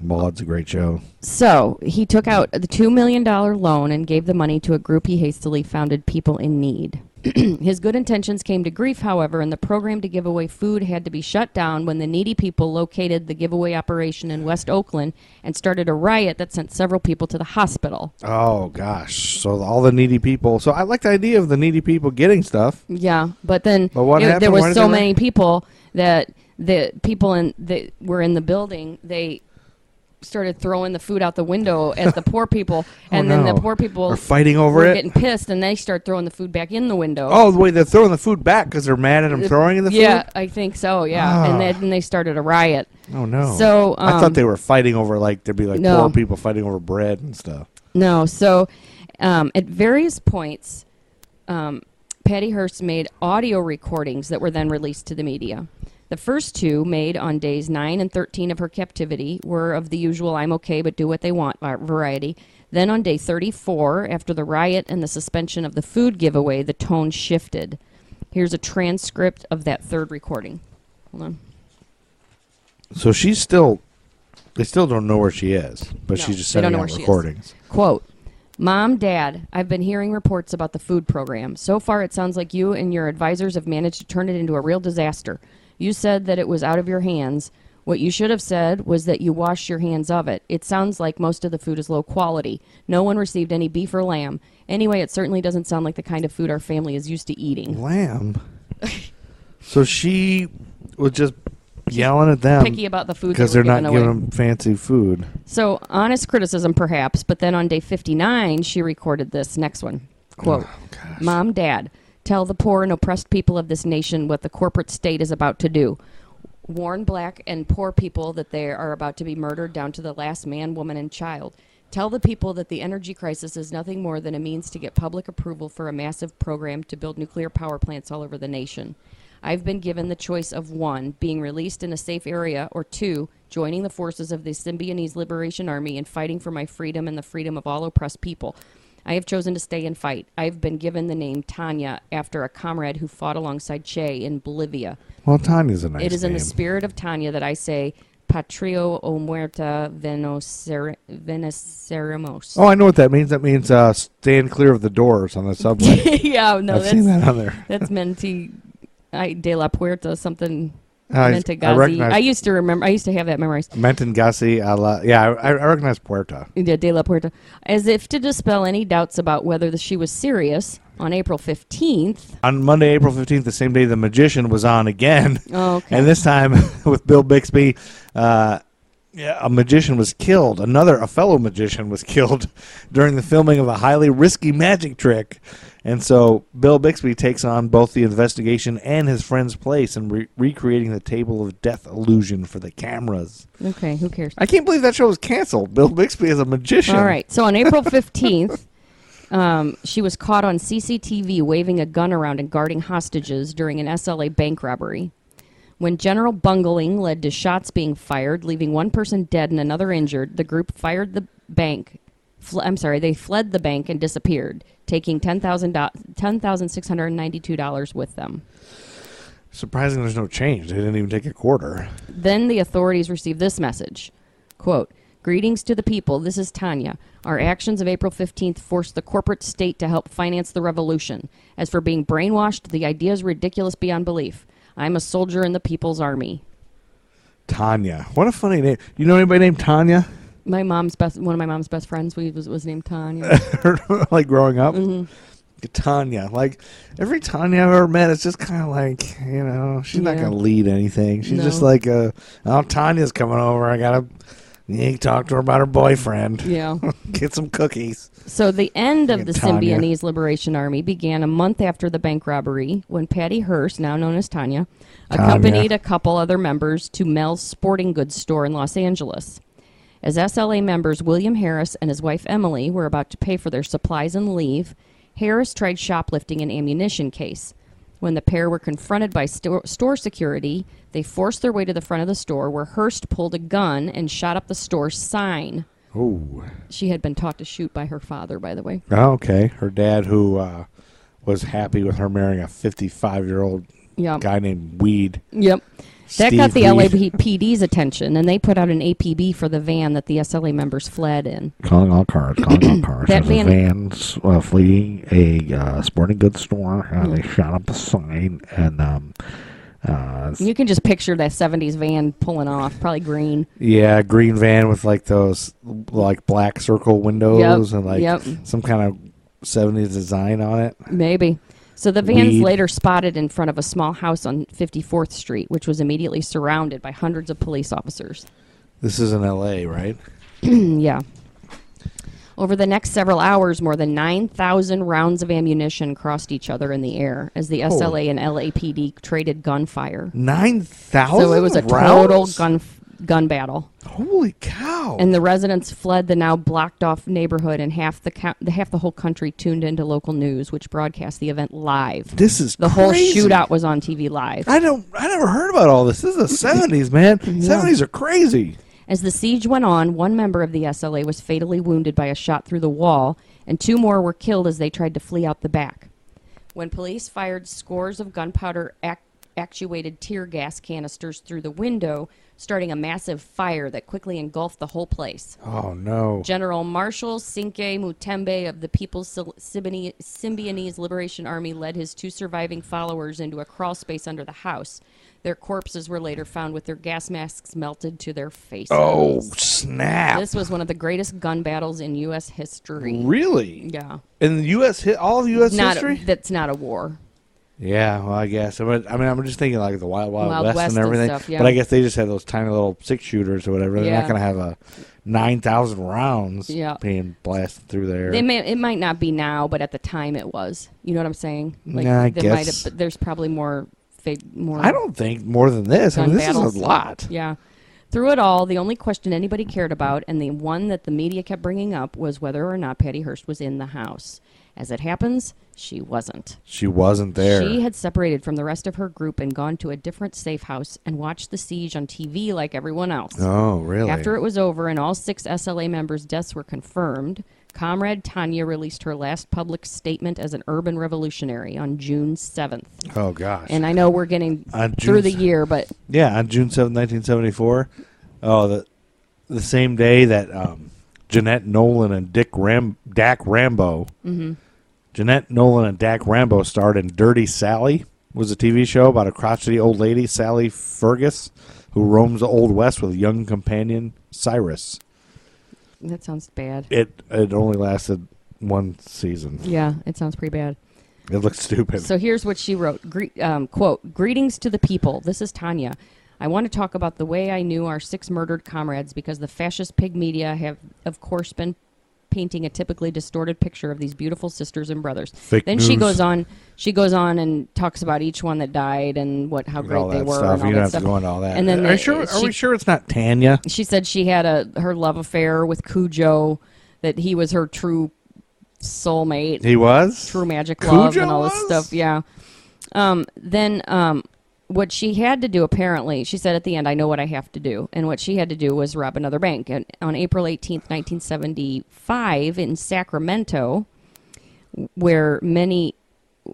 Maud's a great show.
So he took out the $2 million loan and gave the money to a group he hastily founded, People in Need. (clears throat) His good intentions came to grief, however, and the program to give away food had to be shut down when the needy people located the giveaway operation in West Oakland and started a riot that sent several people to the hospital.
Oh gosh! So all the needy people. So I like the idea of the needy people getting stuff.
Yeah, but then
But what
it-
happened?
there
Why
were
did
so
they
many people that the people in that were in the building they started throwing the food out the window at the poor people,
(laughs)
and then
Oh, no.
the poor people
Are fighting over
were
it?
getting pissed, and they start throwing the food back in the window.
Oh, the way they're throwing the food back because they're mad at him throwing in the
yeah,
food.
I think so. Yeah,
Ah.
and then and they started a riot.
Oh no!
So,
I thought
um,
they were fighting over like there'd be like
No.
poor people fighting over bread and stuff.
No, so um, at various points, um, Patty Hearst made audio recordings that were then released to the media. The first two, made on days 9 and 13 of her captivity, were of the usual I'm okay but do what they want var- variety. Then on day 34, after the riot and the suspension of the food giveaway, the tone shifted. Here's a transcript of that third recording. Hold on.
So she's still, they still don't know where she is, but
No,
she's just
they
sending
don't know
out
where she is.
recordings.
Quote Mom, Dad, I've been hearing reports about the food program. So far, it sounds like you and your advisors have managed to turn it into a real disaster. You said that it was out of your hands. What you should have said was that you washed your hands of it. It sounds like most of the food is low quality. No one received any beef or lamb. Anyway, it certainly doesn't sound like the kind of food our (laughs) family is used to eating.
Lamb. so she was just yelling at them
picky about the food
because
they
they're
were
not
giving
giving
away.
them fancy food.
So honest criticism, perhaps, but then on day 59, she recorded this next one. Quote, Mom, Dad, tell the poor and oppressed people of this nation what the corporate state is about to do. Warn black and poor people that they are about to be murdered down to the last man, woman, and child. Tell the people that the energy crisis is nothing more than a means to get public approval for a massive program to build nuclear power plants all over the nation. I've been given the choice of one, being released in a safe area, or two, joining the forces of the Symbionese Liberation Army and fighting for my freedom and the freedom of all oppressed people. I have chosen to stay and fight. I've been given the name Tanya after a comrade who fought alongside Che in Bolivia.
Well, Tanya's a nice.
it is in
name.
the spirit of Tanya that I say, Patrio o muerta venocere- veneceremos.
Oh, I know what that means. That means uh, stand clear of the doors on the subway.
(laughs) yeah, (laughs) no,
I've
that's,
seen that on there.
that's Menti I, de la Puerta, something.
I, I
Mentagazi. I,
recognize
used to remember. I used to have that memorized.
Mentengasi a la. Yeah, I, I recognize Puerta.
Yeah, De La Puerta, as if to dispel any doubts about whether the, she was serious. On April fifteenth,
On Monday, April 15th, the same day the magician was on again.
(laughs) Oh, okay.
And this time (laughs) with Bill Bixby, uh, yeah, a magician was killed. Another, a fellow magician was killed (laughs) during the filming of a highly risky magic trick. And so Bill Bixby takes on both the investigation and his friend's place in re- recreating the table of death illusion for the cameras.
okay, who cares?
I can't believe that show was canceled. Bill Bixby is a magician.
All right. So on April fifteenth, um, she was caught on CCTV waving a gun around and guarding hostages during an SLA bank robbery. When general bungling led to shots being fired, leaving one person dead and another injured, the group fired the bank. Fl- I'm sorry, they fled the bank and disappeared, taking $10,692 with them.
Surprising there's no change. They didn't even take a quarter.
Then the authorities received this message quote, Greetings to the people. This is Tanya. Our actions of April 15th forced the corporate state to help finance the revolution. As for being brainwashed, the idea is ridiculous beyond belief. I'm a soldier in the people's army.
Tanya. What a funny name. You know anybody named Tanya? (laughs)
My mom's best, one of my mom's best friends, we was, was named Tanya.
like growing up?
Mm-hmm.
Tanya. Like every Tanya I've ever met, it's just kind of like, you know, she's not
Yeah.
going to lead anything. She's just
No.
like, uh, oh, Tanya's coming over. I got to talk to her about her boyfriend.
yeah.
(laughs) Get some cookies.
So the end of the
Tanya.
Symbionese Liberation Army began a month after the bank robbery when Patty Hearst, now known as Tanya, accompanied a couple other members to Mel's sporting goods store in Los Angeles. As SLA members William Harris and his wife Emily were about to pay for their supplies and leave, Harris tried shoplifting an ammunition case. When the pair were confronted by sto- store security, they forced their way to the front of the store where Hearst pulled a gun and shot up the store sign.
Ooh.
She had been taught to shoot by her father, by the way.
Oh, okay. Her dad, who uh, was happy with her marrying a 55 year old
Yeah.
guy named Weed.
Yep. That got
Steve
the
Reed.
LAPD's attention, and they put out an APB for the van that the SLA members fled in.
Calling all cars,
(coughs)
calling all cars.
That
There's a
van-
van s- uh, fleeing a uh, sporting goods store. Uh,
Hmm.
They shot up a sign and um, uh, s-
You can just picture that 70s van pulling off, probably green.
Yeah, green van with like those like black circle windows and like
yep.
some kind of 70s design on it.
Maybe. So the van's
Weed.
later spotted in front of a small house on 54th Street, which was immediately surrounded by hundreds of police officers. Mm,
This is in LA, right?
Yeah. Over the next several hours, more than 9,000 rounds of ammunition crossed each other in the air as
Oh.
the SLA and LAPD traded gunfire.
9,000
So it was a total
rounds?
gun gun battle,
Holy cow.
and the residents fled the now blocked off neighborhood, and half the co- the- half the whole country tuned into local news, which broadcast the event live.
this is
The whole
crazy.
shootout was on TV live.
I don't I never heard about all this. This is the 70s,
(laughs)
man. 70s are crazy.
As the siege went on, one member of the SLA was fatally wounded by a shot through the wall, and two more were killed as they tried to flee out the back. When police fired scores of gunpowder ac- actuated tear gas canisters through the window, starting a massive fire that quickly engulfed the whole place.
Oh no.
General Marshal Cinque Mutembe of the People's Sil- Sibini- Symbionese Liberation Army led his two surviving followers into a crawl space under the house. Their corpses were later found with their gas masks melted to their faces.
Oh, snap.
This was one of the greatest gun battles in U.S. history.
really?
Yeah.
In the US hit all of US
Not
history?
that's not a war.
Yeah, well, I guess. I mean, I mean, I'm just thinking like the Wild Wild,
Wild
West, and
West and
everything.
stuff, yeah.
But I guess they just have those tiny little six shooters or whatever. They're
Yeah.
not going to have a nine thousand rounds
Yeah.
being blasted through there.
They may, it might not be now, but at the time it was. You know what I'm saying?
Nah, I
they
guess.
but there's probably more. fa- More.
I don't think more than this. I
gun
mean, this
battles.
is a lot.
Yeah. Through it all, the only question anybody cared about, and the one that the media kept bringing up, was whether or not Patty Hearst was in the house. As it happens, she wasn't.
She wasn't there.
She had separated from the rest of her group and gone to a different safe house and watched the siege on TV like everyone else.
oh, really?
After it was over and all six SLA members' deaths were confirmed, Comrade Tanya released her last public statement as an urban revolutionary on June 7th.
oh gosh.
And I know we're getting
On June
through the
se-
year, but
Yeah, on June seventh, nineteen 1974. Oh, the the same day that um, Jeanette Nolan and Dick Ram Dak Rambo.
Mm-hmm.
Jeanette Nolan and Dak Rambo starred in Dirty Sally was a TV show about a crotchety old lady, Sally Fergus, who roams the old west with young companion Cyrus.
that sounds bad.
It it only lasted one season.
Yeah, it sounds pretty bad.
It looked stupid.
So here's what she wrote. Gre- um, quote, greetings to the people. This is Tanya. I want to talk about the way I knew our six murdered comrades because the fascist pig media have, of course, been painting a typically distorted picture of these beautiful sisters and brothers.
Fake
then she
news.
goes on she goes on and talks about each one that died and what how great
all
they
that
were
stuff.
and all
You
that
don't have
stuff.
to go into all that.
And then
are,
the-
you sure, are
she-
we sure it's not Tanya?
she said she had a her love affair with Cujo, that he was her true soulmate
He was?
true magic
Cujo
love and all this
was?
stuff. Yeah. Um, then um, what she had to do apparently, she said at the end, "I know what I have to do," and what she had to do was rob another bank. And on April eighteenth, nineteen seventy-five, in Sacramento, where many,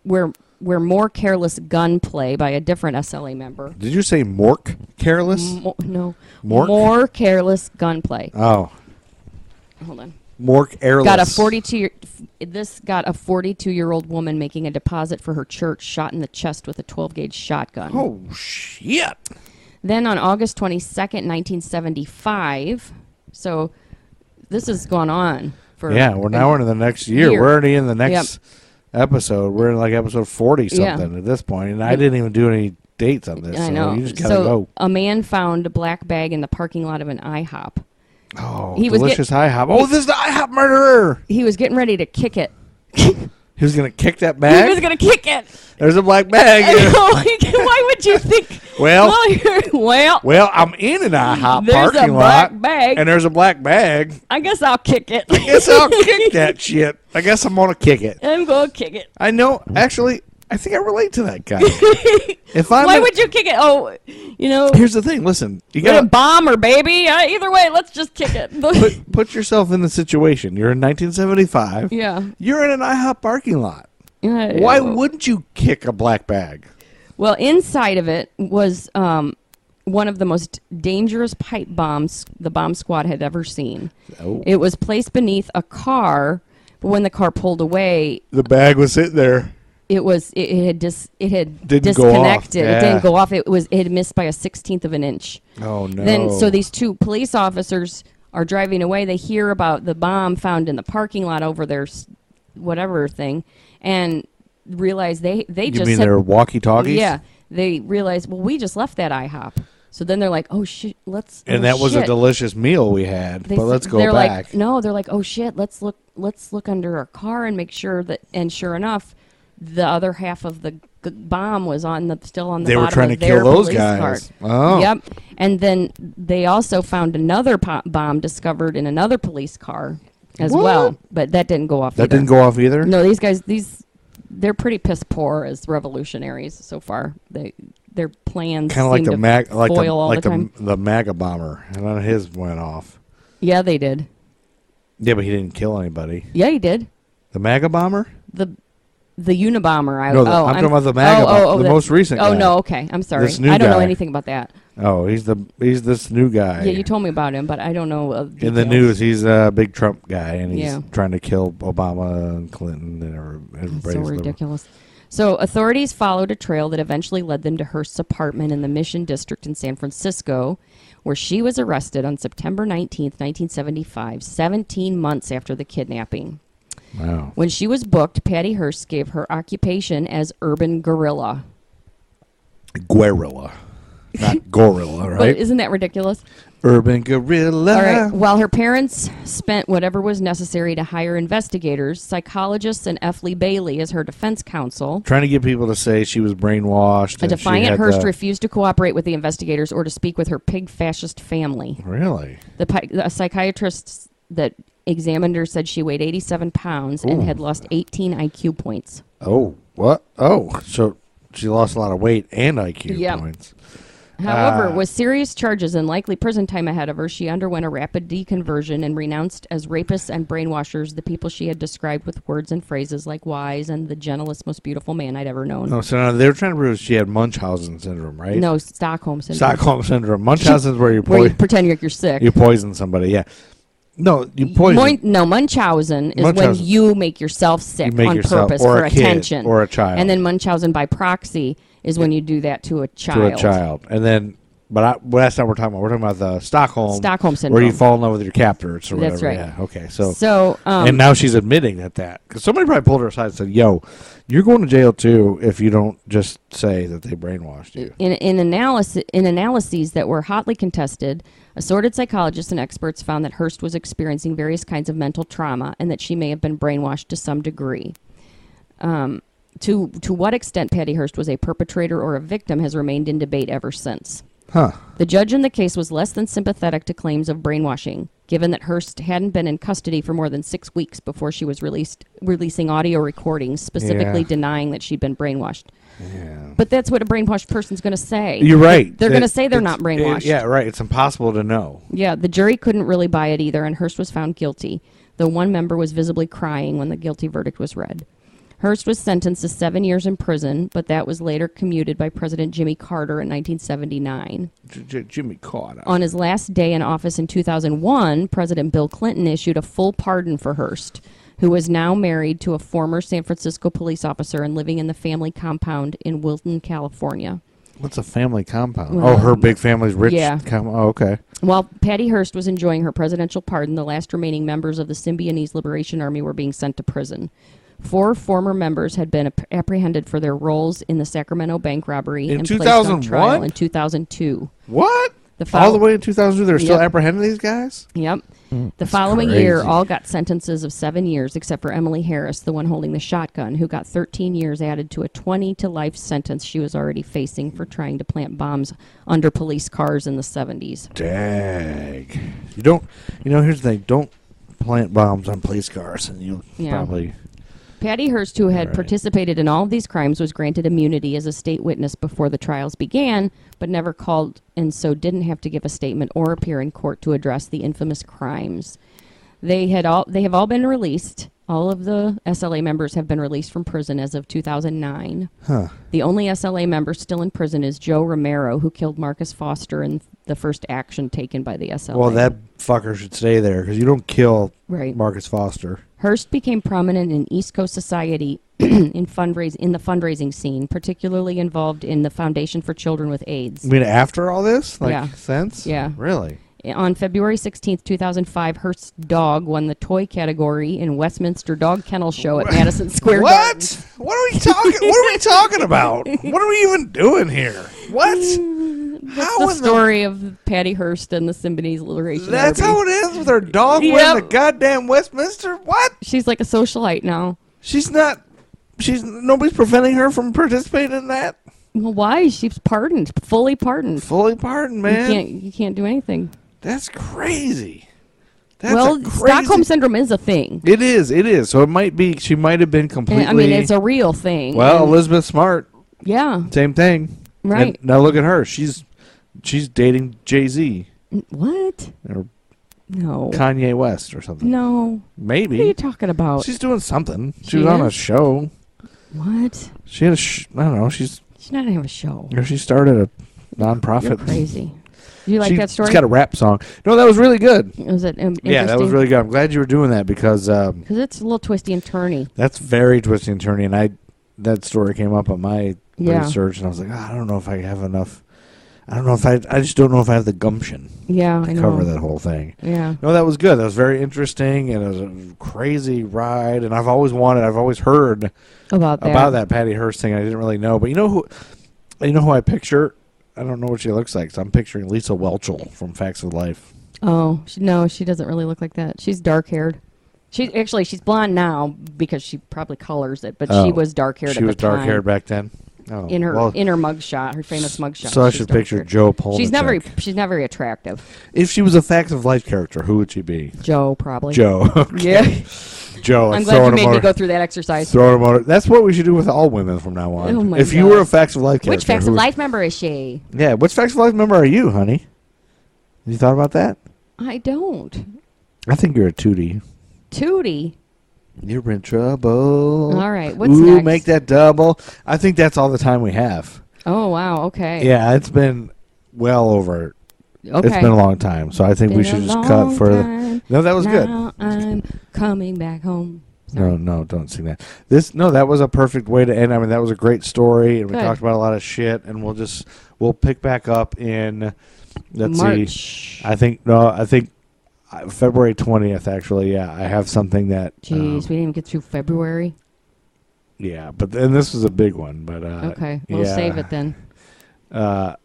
where where more careless gunplay by a different SLA member.
Did you say Mork Careless?
Mo- no,
More-
more careless gunplay.
Oh, Uh.
Hold on.
Mork Airless.
got a 42 year, this got a 42 year old woman making a deposit for her church shot in the chest with a 12 gauge shotgun
Oh shit!
then on august 22nd 1975 so this has gone on for
Yeah, we're now into the next year.
Year.
We're already in the next episode. We're in like episode forty
Yeah.
something at this point, and I didn't even do any dates on this.
i
so
know
You just gotta
so
go.
a man found a black bag in the parking lot of an ihop
Oh,
he was get-
delicious IHOP. Oh, this is the IHOP murderer.
he was getting ready to kick it
He was gonna kick that
he
bag.
was gonna kick it (laughs)
There's a black bag. in it.
why would you think
Well-
(laughs) well well
well, I'm in an IHOP
There's a
parking
black
lot,
bag.
and there's a black bag.
i guess i'll kick it
Guess I'll kick that shit. I guess I'm gonna kick it.
(laughs) i'm gonna kick it
I know. Actually, I think I relate to
(laughs)
that guy. if I'm
Why
in-
would you kick it? Oh, you know,
Here's the thing. Listen, you
get a
gotta
bomber, baby. I, either way, let's just kick it.
put, put yourself in the situation. You're in 1975.
(laughs) yeah.
You're in an IHOP parking lot.
Yeah,
Why
yeah.
wouldn't you kick a black bag?
Well, inside of it was um, one of the most dangerous pipe bombs the bomb squad had ever seen.
Oh.
It was placed beneath a car, but when the car pulled away,
The bag was sitting there.
it was it, it had dis, it had
Didn't go off,
disconnected. It
yeah.
didn't go off. It was it had missed by a sixteenth of an inch.
Oh,
Then
no.
so these two police officers are driving away. They hear about the bomb found in the parking lot over their s- whatever thing, and realize they they
You
just
mean
had-
they're walkie talkies?
yeah they realize well we just left that IHOP. So then they're like oh shit let's
And
oh,
that was a
shit.
delicious meal we had.
They
but
s-
let's go
they're
back.
Like, no, they're like, oh shit, let's look, let's look under our car and make sure that. And sure enough, the other half of the g- bomb was on the still on the.
They were
bottom
trying
of
to
their
kill those
police
guys.
cart.
Oh.
Yep. And then they also found another po- bomb discovered in another police car as
What?
well, but that didn't go off.
that
either.
didn't go off either?
No, these guys, these they're pretty piss poor as revolutionaries so far. They their plans
Kind of like
seem
the
to
Mac, like the,
foil all
like
the
the,
time.
the MAGA bomber, and then his went off.
Yeah, they did.
Yeah, but he didn't kill anybody.
Yeah, he did.
The MAGA bomber?
the the Unabomber. I,
No, the-
oh,
I'm talking about the MAGA bomb- the most recent
Oh
guy.
no, okay, I'm sorry.
This new
I don't know
guy.
anything about that.
Oh, he's the he's this new guy.
Yeah, you told me about him, but I don't know. Uh,
in the
details.
news, he's a big Trump guy, and he's
Yeah.
trying to kill Obama and Clinton and every- everybody's
so
the-
ridiculous. So authorities followed a trail that eventually led them to Hearst's apartment in the Mission District in San Francisco, where she was arrested on September 19th, 1975, 17 months after the kidnapping.
Wow.
When she was booked, Patty Hearst gave her occupation as urban gorilla.
Guerrilla.
(laughs)
Not gorilla,
But
right?
Oh, isn't that ridiculous?
Urban gorilla.
All right. While her parents spent whatever was necessary to hire investigators, psychologists, and F. Lee Bailey as her defense counsel,
Trying to get people to say she was brainwashed.
a
and she
defiant
had uh,
Hearst
the-
refused to cooperate with the investigators or to speak with her pig fascist family.
Really?
The, pi- the psychiatrist that examined her said she weighed 87 pounds and had lost 18 IQ points.
Oh, what? Oh, so she lost a lot of weight and IQ
Yep.
points.
However,
Ah.
with serious charges and likely prison time ahead of her, she underwent a rapid deconversion and renounced as rapists and brainwashers the people she had described with words and phrases like wise and the gentlest, most beautiful man I'd ever known.
No, so now they were trying to prove she had Munchausen syndrome, right?
No, Stockholm syndrome.
Stockholm syndrome. Munchausen's where you
Where you
poison
pretend you're, you're sick.
you poison somebody. Yeah. No, you poison.
Moin- no, Munchausen is
Munchausen.
when you make yourself sick
You make
on
yourself-
purpose
or
for
a kid,
attention.
or a child.
And then Munchausen by proxy is when you do that to a
to
child.
a child, and then. But I, well, that's not what we're talking about. We're talking about the Stockholm,
Stockholm
where you
syndrome.
fall in love with your captors or
That's
whatever.
right.
Yeah. Okay. So,
So, um,
and now she's admitting that that because somebody probably pulled her aside and said, "Yo, you're going to jail too if you don't just say that they brainwashed you."
In, in, analysis, in analyses that were hotly contested, assorted psychologists and experts found that Hearst was experiencing various kinds of mental trauma and that she may have been brainwashed to some degree. Um, to, to what extent Patty Hearst was a perpetrator or a victim has remained in debate ever since.
Huh.
The judge in the case was less than sympathetic to claims of brainwashing, given that Hearst hadn't been in custody for more than six weeks before she was released, releasing audio recordings specifically
Yeah.
denying that she'd been brainwashed.
Yeah.
But that's what a brainwashed person's going to say.
You're right.
They're going to
It-
say they're not
it's- it-
brainwashed.
yeah, right. It's impossible to know.
Yeah, the jury couldn't really buy it either, and Hearst was found guilty, though one member was visibly crying when the guilty verdict was read. Hearst was sentenced to seven years in prison, but that was later commuted by President Jimmy Carter in 1979.
J- J- Jimmy Carter.
On his last day in office in 2001, President Bill Clinton issued a full pardon for Hearst, who was now married to a former San Francisco police officer and living in the family compound in Wilton, California.
What's a family compound? oh, her big family's rich.
um, yeah.
Com- oh, okay.
While Patty Hearst was enjoying her presidential pardon, the last remaining members of the Symbionese Liberation Army were being sent to prison. Four former members had been ap- apprehended for their roles in the Sacramento bank robbery
In
and placed
2001?
on trial in 2002.
What?
The
All the
follow-
way in 2002, they're still
Yep.
apprehending these guys?
Yep. The following year,
crazy.
all got sentences of seven years, except for Emily Harris, the one holding the shotgun, who got 13 years added to a 20 to life sentence she was already facing for trying to plant bombs under police cars in the 70s.
Dag. You don't, you know, here's the thing don't plant bombs on police cars and you'll
Yeah.
probably.
Patty Hearst, who had
Right.
participated in all of these crimes, was granted immunity as a state witness before the trials began, but never called and so didn't have to give a statement or appear in court to address the infamous crimes. They had all they have all been released. All of the SLA members have been released from prison as of 2009.
Huh.
The only SLA member still in prison is Joe Romero, who killed Marcus Foster in the first action taken by the SLA.
Well, that fucker should stay there because you don't kill
Right.
Marcus Foster.
Hearst became prominent in East Coast society (clears throat) in fundraise in the fundraising scene, particularly involved in the Foundation for Children with
I
AIDS.
mean, after all this? Like,
Yeah.
since?
Yeah.
Really?
On February 16, 2005, Hearst's dog won the toy category in Westminster Dog Kennel Show at Madison Square
What?
Garden.
What are we talking? what are we talking about? What are we even doing here?
(laughs)
What?
That's
How
the
in
story of Patty Hearst and the Symbionese Liberation
That's
Army.
how it is with her dog
Yep.
winning the goddamn Westminster. What?
She's like a socialite now.
She's not. She's nobody's preventing her from participating in that.
Well, why? She's pardoned, fully pardoned.
Fully pardoned,
You
man.
can't you can't do anything.
That's crazy. That's
well,
a crazy-
Stockholm syndrome is a thing.
It is. It is. So it might be. She might have been completely.
I mean, it's a real thing.
well,
and-
Elizabeth Smart,
yeah.
same thing. And
Right.
now look at her. She's she's dating Jay Z
What?
or
No.
Kanye West or something.
No.
Maybe.
What are you talking about?
She's doing something. She,
She
was on a
is?
show.
what?
She had a. Sh- I don't know. She's.
She's not gonna have a show.
Or she started a
You're
nonprofit.
crazy. Do you like
She-
that story?
It's got a rap song. No, that was really good.
Was it um,
Yeah, that was really good. I'm glad you were doing that because um,
Because it's a little twisty and turny.
that's very twisting and turny. And I that story came up on my
Yeah.
research, and I was like, "Ah, I don't know if I have enough.
I don't know if I. I just don't know if I have the gumption
Yeah,
to
I know.
cover that whole thing.
Yeah.
No, that was good. That was very interesting, and it was a crazy ride. And I've always wanted, I've always heard
About that.
about that Patty Hearst thing. I didn't really know, but you know who, you know who I picture. I don't know what she looks like, so I'm picturing Lisa Welchel from Facts of Life.
Oh she, no, she doesn't really look like that. She's dark haired. She actually she's blonde now because she probably colors it, but
Oh.
she was dark haired.
she was dark haired back then. Oh,
in her
well,
in her mugshot, her famous mugshot.
so I
she's
should picture
dark-haired.
Joe Polnicek.
She's not very she's not very attractive.
If she was a Facts of Life character, who would she be?
Joe probably.
Joe. (laughs)
Yeah.
Joe.
I'm
like
glad you
throwing
made
him
me
over-
go through that exercise.
Throwing him over. That's what we should do with all women from now on.
Oh my
if you were a
gosh.
Facts of Life character,
Which Facts
who
of
would-
Life member is she?
Yeah, which Facts of Life member are you, honey? You thought about that?
I don't.
I think you're a tootie.
Tootie.
You're in trouble.
All right, what's
Ooh,
next?
make that double. I think that's all the time we have.
Oh wow. Okay.
Yeah, it's been well over.
Okay.
It's been a long time, so I think we
Been
should
a
just cut
long
for the.
time.
No, that was good.
Now I'm coming back home.
No, no, don't sing that. This no, that was a perfect way to end. I mean, that was a great story, and we
Good.
talked about a lot of shit. And we'll just we'll pick back up in let's see.
March.
I think no, I think uh, February twentieth. Actually, yeah, I have something that.
Jeez,
um,
we didn't even get through February.
yeah, but and this was a big one, but uh,
Okay, we'll
yeah.
save it then.
Uh,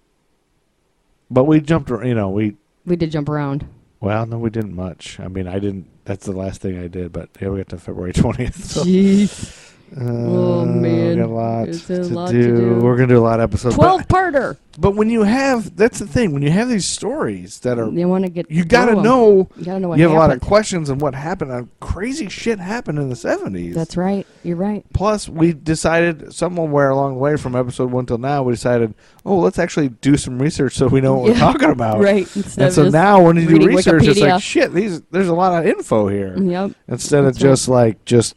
but we jumped. ar- You know, we
We did jump around.
well, no, we didn't much. I mean, I didn't. That's the last thing I did. But yeah, we got to February (laughs) twentieth. So.
Jeez,
Uh,
oh, man.
we got a lot,
It's
to,
a lot to
do.
do.
We're gonna do a lot of episodes.
twelve
But,
parter.
but when you have, that's the thing. When you have these stories that are,
You want to get
you gotta
through 'em.
know.
You gotta know Oh, what
you have a lot of
happened.
questions and what happened. Uh, crazy shit happened in the seventies.
That's right. You're right.
Plus, we decided somewhere along the way from episode one till now, we decided, oh, let's actually do some research so we know what we're
Yeah.
talking about.
(laughs) Right. Instead
And
of
so
just
now, when you do
reading
research, it's like
Wikipedia. Mm-hmm.
shit. These there's a lot of info here
Yep.
instead of
That's right.
just like just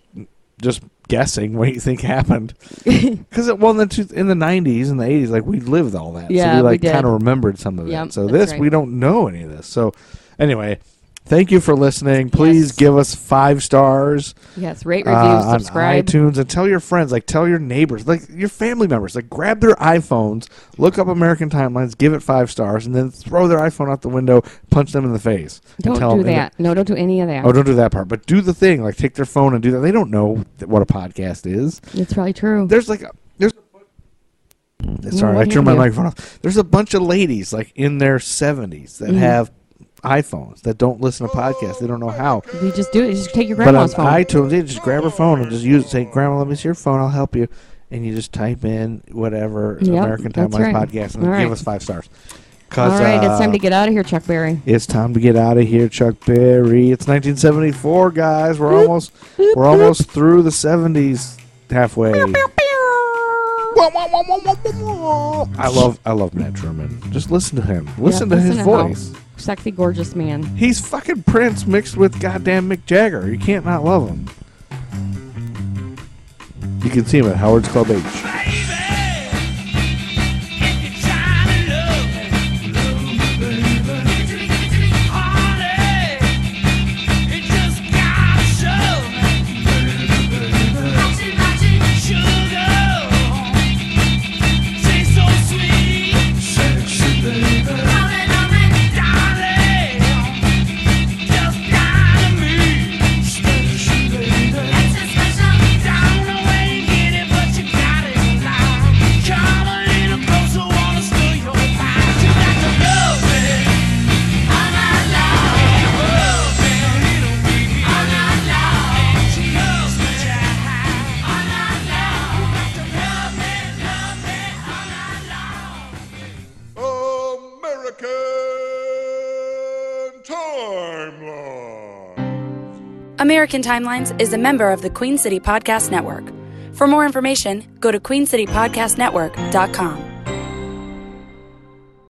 just guessing what you think
(laughs)
happened. Because it well in the two, in the nineties and the eighties, like we lived all that,
Yeah,
so we
we
like
did.
kind of remembered some of it.
Yep,
So
that's
this
right.
we don't know any of this. So anyway, thank you for listening. Please give us five stars
Yes. Rate, review,
uh, on
subscribe.
iTunes and tell your friends, like tell your neighbors, like your family members, like grab their iPhones, look up American Timelines, give it five stars, and then throw their iPhone out the window, punch them in the face. and
Don't
tell
do
them- and-
that. No, don't do any of that.
Oh, don't do that part. But do the thing. Like, take their phone and do that. They don't know th- what a podcast is.
It's probably true.
There's like, a, there's. Sorry, I
Mm, what
turned my
happened?
microphone off. There's a bunch of ladies like in their 70s
Mm.
that have iPhones that don't listen to podcasts. They don't know how.
You just do it. You just take your
But on
Oh grandma's phone.
iTunes, they just grab her phone and just use it. Say, "Grandma, let me see your phone. I'll help you." And you just type in whatever
Yep,
American
that's
Timelines
right.
podcast and
All
give
right.
us five stars.
All
'Cause,
right, it's time
uh,
to get out of here, Chuck Berry.
it's time to get out of here, Chuck Berry. It's 1974, guys. We're almost we're almost through the 70s halfway. I love I love Matt Truman. Just listen to him. Listen
Yeah,
to his
how
voice.
Sexy, gorgeous man.
He's fucking Prince mixed with goddamn Mick Jagger. You can't not love him. You can see him at Howard's Club H.
Come a little closer, wanna steal your mind. You got to love me. I'm not lying. Love me, little baby. I'm not lying. She loves me, child. I'm not lying. You got to love me, love me. I'm not lying.
American Timeline.
American Timelines is a member of the Queen City Podcast Network. For more information, go to queencitypodcastnetwork.com.